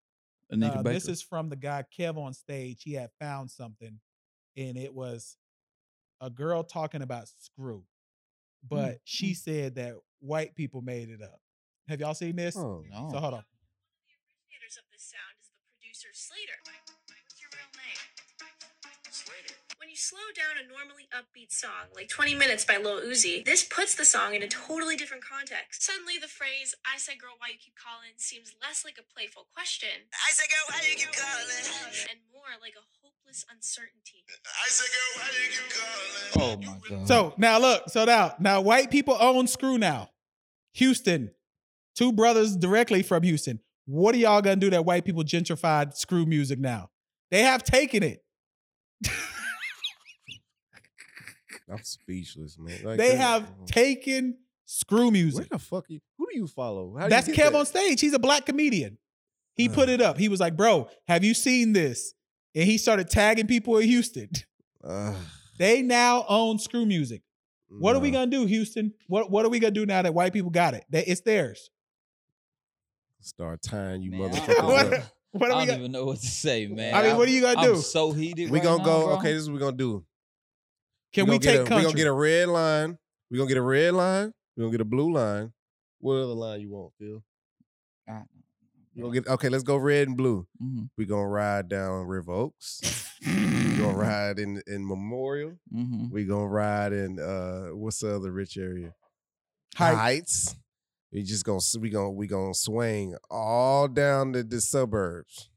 B: Anita
F: uh,
B: Baker.
F: this is from the guy Kev on stage. He had found something, and it was a girl talking about screw, but she said that white people made it up. Have y'all seen this?
D: Oh,
F: So
B: no.
F: hold on.
G: originators of this sound is the producer Slater. What's your real name? Slater. When you slow down a normally upbeat song, like 20 Minutes by Lil Uzi, this puts the song in a totally different context. Suddenly, the phrase, I say girl, why you keep calling, seems less like a playful question. I say girl, why you keep calling? And more like a hopeless uncertainty.
E: I said, girl, why you keep calling?
B: Oh my god.
F: So now look, so now now white people own screw now. Houston, two brothers directly from Houston. What are y'all gonna do that white people gentrified screw music now? They have taken it.
D: I'm speechless, man. Like
F: they
D: that-
F: have taken screw
D: Where
F: music.
D: the fuck you? Who do you follow? How do you
F: That's
D: get
F: Kev
D: that?
F: on stage. He's a black comedian. He put it up. He was like, "Bro, have you seen this?" And he started tagging people in Houston.
D: Ugh,
F: They now own screw music. What are we
D: nah.
F: gonna do, Houston? What What are we gonna do now that white people got it? That it's theirs.
D: start tying you
B: Man, I,
D: motherfuckers
F: What-
D: up?
B: don't-
F: What
B: I
F: are we
B: don't
F: gonna?
B: even know what to say, man.
F: I mean,
B: I'm-
F: what are you gonna
B: I'm
F: do?
B: so heated.
D: We
B: right
D: gonna
B: now,
D: go.
B: bro.
D: Okay, this is what we gonna do.
F: Can
D: we
F: we
D: gonna get
F: take
D: a,
F: country?
D: We gonna get a red line. We gonna get a red line. We gonna get a blue line. What other line you want, Phil?
B: I-
D: You gonna get okay? Let's go red and blue.
B: Mhm,
D: We gonna ride down River Oaks. we gonna ride in in Memorial.
F: Mm.
B: mhm.
D: We gonna ride in uh what's the other rich area?
F: Heights.
D: Heights. We just gonna s- we gonna we gonna swing all down the, the suburbs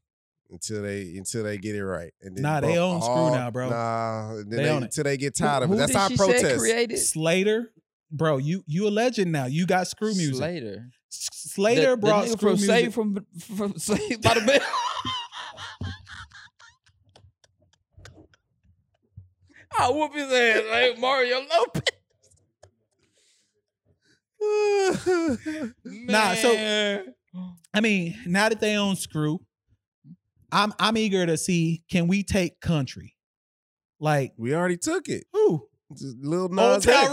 D: until they until they get it right. And
F: Nah, they
D: bump
F: own Screw
D: all-
F: now, bro.
D: Nah, and then
F: They
D: they-
F: own it.
D: until they get tired of
B: Who
D: it. That's
B: did
D: our
B: she say
D: protest.
B: Created
F: Slater, bro, you you a legend now. You got screw music. Slater,
B: Slater.
F: Slater
B: The- the
F: brought
B: nigga
F: screw
B: from
F: music.
B: Saved from from Saved by the Bell. I whoop his ass like Mario Lopez.
F: Nah, so-
B: Man.
F: I mean, now that they own screw, I'm I'm eager to see can we take country, like
D: We already took it.
F: who?
D: Just Lil Nas
F: Town
D: X.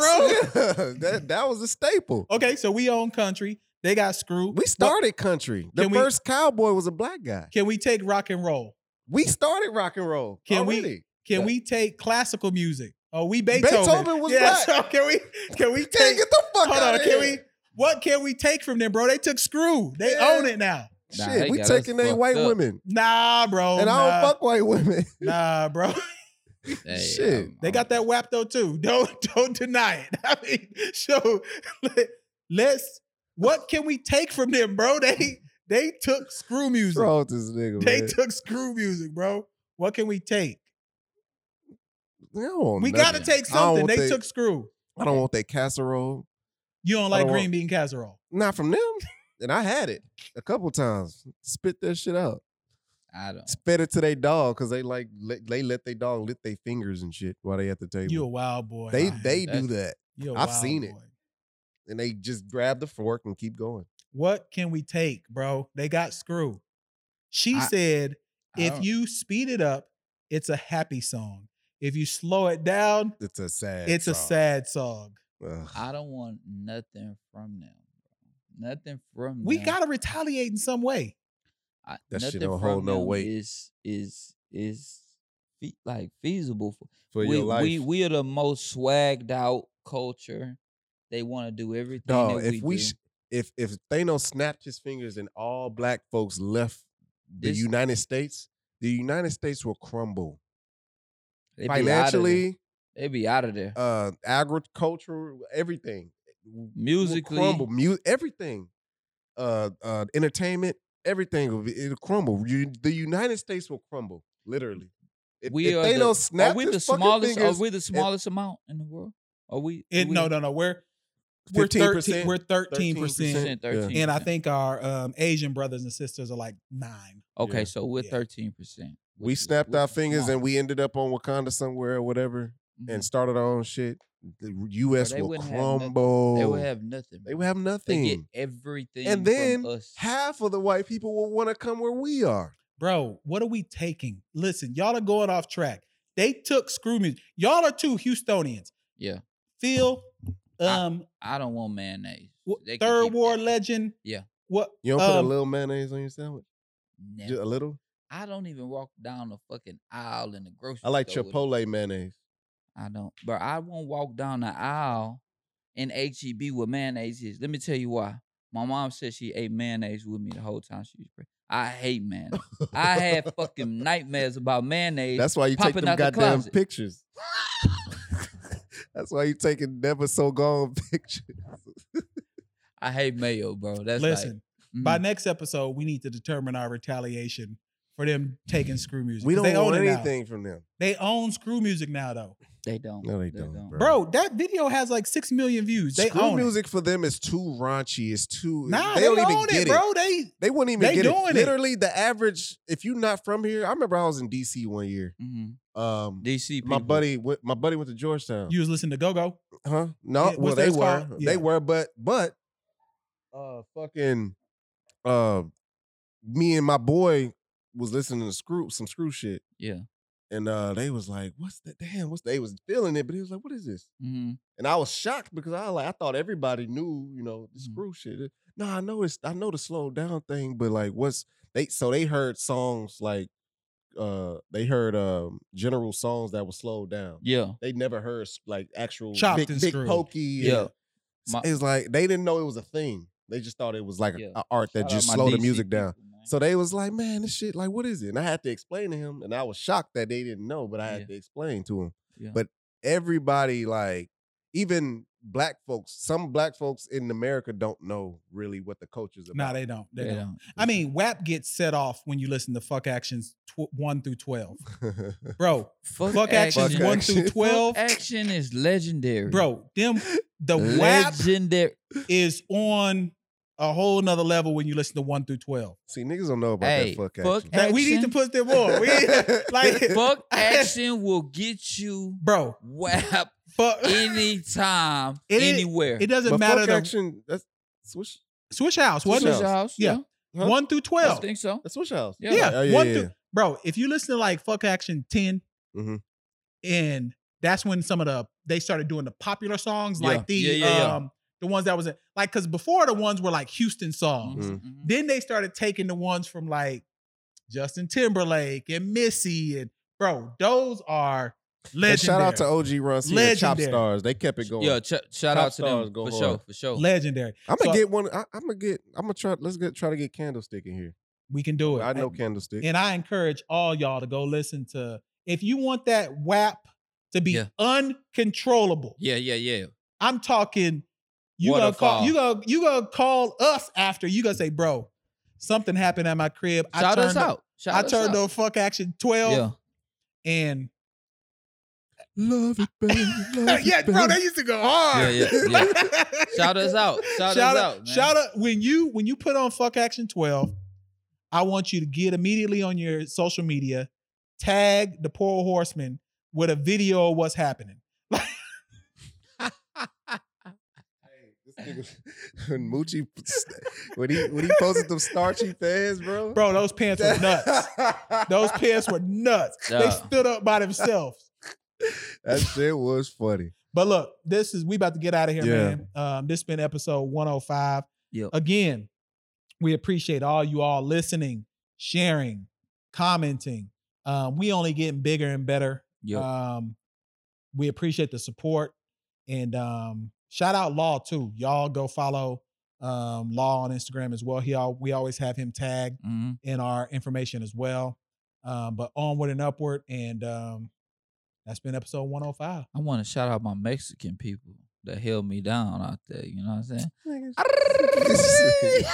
F: Road?
D: that that was a staple.
F: Okay, so we own country. They got screw.
D: We started country. The
F: Can we-
D: first cowboy was a black guy.
F: Can we take rock and roll?
D: We started rock and roll.
F: Can we-
D: already.
F: Can
D: Yeah.
F: we take classical music? Oh, we Beethoven.
D: Beethoven was
F: yeah,
D: black.
F: So can we? Can we
D: Can't
F: take?
D: get the fuck
F: Hold
D: out
F: on.
D: of
F: Can we?
D: here.
F: What can we take from them, bro? They took screw. They
D: Yeah.
F: own it now.
B: Nah,
D: Shit,
B: they
D: we
B: got us
D: taking they
B: fucked
D: white
B: up.
D: women,
F: Nah, bro.
D: and
F: Oh, nah,
D: I don't fuck white women.
F: Nah, bro.
B: Hey,
D: Shit.
B: I'm-
F: They got that Wapto too. Don't don't deny it. I mean, so let, us What can we take from them, bro? They they took screw music.
D: Wrong with this nigga,
F: they
D: man.
F: took screw music, bro. What can we take?
D: They don't want
F: we
D: Oh, nothing.
F: gotta take
D: I don't
F: something.
D: want
F: They
D: they-
F: took screw.
D: I don't want that casserole.
F: You don't like
D: don't
F: green
D: want-
F: bean casserole.
D: Not from them. And I had it a couple times. Spit that shit out.
B: I don't.
D: Spit it to their dog because they like let, they let their dog lick their fingers and shit while they at the table.
F: You a wild boy.
D: they
F: man.
D: they
B: That's-
D: do that
F: You a
D: I've
F: wild
D: seen it.
F: boy.
D: and they just grab the fork and keep going.
F: What can we take, bro? They got screw. She
B: I- Oh.
F: said,
B: I
F: if
B: don't-
F: you speed it up, it's a happy song. If you slow it down,
D: It's a sad.
F: it's a
D: song.
F: sad song.
D: Ugh.
B: I don't want nothing from them. Bro. Nothing from
F: We
B: them.
F: gotta retaliate in some way.
B: I,
D: That shit
B: nothing
D: don't
B: from
D: hold no
B: them
D: weight.
B: Is is is fe- like feasible for,
D: for
B: we,
D: your life.
B: We we are the most swagged out culture. They want to do everything.
D: Dawg,
B: that
D: if
B: we,
D: we
B: do.
D: sh- if if Thanos snapped his fingers and all black folks left the
B: This-
D: United States, the United States will crumble
B: They be outta there.
D: financially,
B: they be out of there.
D: uh, agricultural, everything, will
B: Musically,
D: crumble, mu- everything, uh, uh, entertainment, everything will be, it'll crumble. You, the United States will crumble, literally. If,
B: we
D: if
B: are
D: Thanos
B: the,
D: snapped
B: are we
D: his
B: the
D: fucking
B: smallest.
D: fingers,
B: are we the smallest amount in the world? Are we?
F: It,
B: we
F: no, no, no. We're we're 13
D: 15%,
F: we're 13 percent.
D: 13%. Yeah.
B: 13
F: And I think our um, Asian brothers and sisters are like nine.
B: okay,
D: Yeah.
B: so we're
F: Yeah.
B: thirteen percent.
D: we snapped our fingers and we ended up on Wakanda somewhere or whatever.
B: Mm-hmm.
D: and started our own shit, the U.S.
B: they
D: will
B: wouldn't have nothing.
D: crumble.
B: they will have nothing.
D: Oh. They
B: bro.
D: would have
B: They get
D: nothing.
B: everything.
D: And then
B: from us.
D: half of the white people will want to come where we are.
F: Bro, what are we taking? Listen, y'all are going off track. They took screw music. Y'all are two Houstonians.
B: Yeah.
F: Phil,
B: I-
F: um,
B: I don't want mayonnaise.
F: wh-
B: They can
F: third
B: keep
F: war
B: that.
F: legend.
B: Yeah.
F: What?
D: You don't put
F: um,
D: a little mayonnaise on your sandwich? Just
B: Never.
D: a little?
B: I don't even walk down the fucking aisle in the grocery.
D: I like
B: store with it.
D: Chipotle mayonnaise.
B: I don't, but I won't walk down the aisle in HEB with mayonnaise is. Let me tell you why. My mom said she ate mayonnaise with me the whole time she was pregnant. I hate mayonnaise. I had fucking nightmares about mayonnaise.
D: That's why you take
B: popping
D: them
B: out the
D: goddamn
B: closet.
D: pictures. That's why you taking never so gone pictures.
B: I hate mayo, bro. That's
F: Listen,
B: like,
F: by
D: mm.
B: mhm.
F: next episode, we need to determine our retaliation for them taking screw music.
D: We
F: 'cause
D: don't
F: they
D: want
F: own it now.
D: anything from them.
F: They own screw music now, though.
B: mm-hmm, they don't.
D: No, they don't, bro.
F: Bro, that video has like six million views. They
D: Screw
F: own it.
D: music for them is too raunchy. It's too.
F: Nah,
D: they,
F: they,
D: don't even
F: own
D: get
F: it,
D: it.
F: bro. They
D: They wouldn't even
F: They
D: get
F: doing it.
D: it. Literally, the average. If you're not from here, I remember I was in DC one year.
B: Mhm.
D: Um,
B: DC.
D: my
B: people.
D: buddy, went, my buddy went to Georgetown.
F: you was listening to Go Go.
D: Huh? No,
F: Yeah,
D: well
F: what's
D: they
F: that
D: were,
F: called?
D: they
F: Yeah.
D: were, but but uh fucking uh me and my boy was listening to screw some screw shit,
B: Yeah.
D: and uh they was like, "What's that? Damn, what's that?" They was feeling it, but he was like, "What is this?"
B: hmm
D: And I was shocked because I like I thought everybody knew, you know, the
F: Mm.
B: Mhm.
D: screw shit. No, I know it's I know the slow down thing, but like what's they so they heard songs like uh they heard um general songs that were slowed down
B: Yeah.
D: they never heard s- like actual
F: Chopped
D: big,
F: and
D: big
F: screwed.
D: pokey.
B: Yeah. My-
D: it's like they didn't know it was a thing. They just thought it was like
B: Yeah.
D: an art that
B: Shout out
D: just
B: my
D: slowed the
B: DC
D: music down.
B: people, man.
D: So they was like, man, this shit, like, what is it? And I had to explain to him, and I was shocked that they didn't know, but I had
B: Yeah.
D: to explain to him.
B: Yeah.
D: But everybody, like, even black folks, some black folks in America don't know really what the culture's about.
F: Nah, they don't. They,
B: They
F: don't.
B: don't.
F: I mean, WAP gets set off when you listen to Fuck Actions tw- one through twelve, bro.
B: fuck,
F: Fuck Actions
D: Fuck
F: one
D: Action.
F: through twelve,
B: action is legendary,
F: bro. Them the WAP
B: Legendary.
F: is on a whole nother level when you listen to one through twelve.
D: See, niggas don't know about
B: Hey,
D: that fuck
B: fuck
D: action.
F: Like, we need to
B: Action.
F: push them more. We like,
B: Fuck action will get you
F: bro.
B: whap
F: Fuck.
B: anytime,
F: It is-
B: anywhere.
F: It doesn't
D: but
F: matter.
D: fuck
F: The,
D: action, that's switch.
F: Switch House,
D: Switch
F: wasn't
B: Switch
F: it?
D: House.
B: Yeah,
F: Yeah.
D: Huh?
F: One through
B: I
F: twelve.
B: think so.
D: That's switch house.
B: Yeah.
F: Yeah,
D: Oh, yeah,
F: one
D: yeah,
F: through
D: yeah.
F: bro. If you listen to like Fuck Action 10
D: Mhm.
F: and that's when some of the they started doing the popular songs
B: Yeah.
F: like the
B: Yeah, yeah, yeah.
F: um the ones that was in- like because before the ones were like Houston songs.
B: Mhm,
D: Mm-hmm.
B: mhm.
F: Then they started taking the ones from like Justin Timberlake and Missy and bro, those are
D: And shout
F: legendary.
D: out to OG Run C and Chop
F: Legendary.
D: Stars. They kept it going.
B: Yeah, ch- shout
D: Top
B: out to
D: stars
B: them
D: go
B: for
D: hard.
B: sure, for sure.
F: legendary.
D: I'm gonna
F: So-
D: get one. I, I'm gonna get. I'm gonna try. Let's get try to get Candlestick in here.
F: We can do it.
D: I know
F: And-
D: Candlestick.
F: And I encourage all y'all to go listen to if you want that WAP to be
B: Yeah.
F: uncontrollable.
B: yeah, yeah, yeah.
F: I'm talking. You gonna
B: Waterfall.
F: call you gonna you gonna call us after you gonna say, bro, something happened at my crib.
B: Shout us
F: turned on-
B: out. Shout
F: I
B: us
F: turned
B: out.
F: on fuck action twelve
B: Yeah.
F: and
D: love it, baby.
F: yeah, bro, that used to go hard.
B: Yeah, yeah, Shout us out. Shout, us out. man.
F: Shout out when you when you put on fuck action twelve. I want you to get immediately on your social media, tag the poor horseman with a video of what's happening.
D: when Moochie, when he when he posted them starchy fans, bro.
F: Bro, those pants were nuts. Those pants were nuts. They
B: Yeah.
F: stood up by themselves.
D: that shit was funny.
F: But look, this is we about to get out of here,
D: Yeah.
F: man. Um, this been episode 105.
B: Yep.
F: Again, we appreciate all you all listening, sharing, commenting. Um, we only getting bigger and better.
B: Yep.
F: Um, we appreciate the support and um, shout out Law too. Y'all go follow um, Law on Instagram as well. He all, we always have him tagged
B: Mhm.
F: in our information as well. Um, but onward and upward, and um, that's been episode 105.
B: I want to shout out my Mexican people that held me down out there. You know what I'm saying?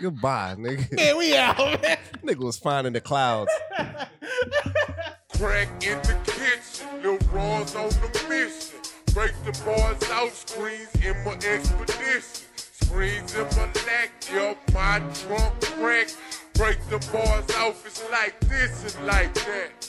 D: Goodbye, nigga.
F: Man, we out. man.
D: Nigga was finding the clouds.
E: Crack in the kitchen, Lil Raw's on the mission. Break the bars out, screens in my expedition. Screens in my lack, up my drunk crack. Break the bars off, it's like this and like that.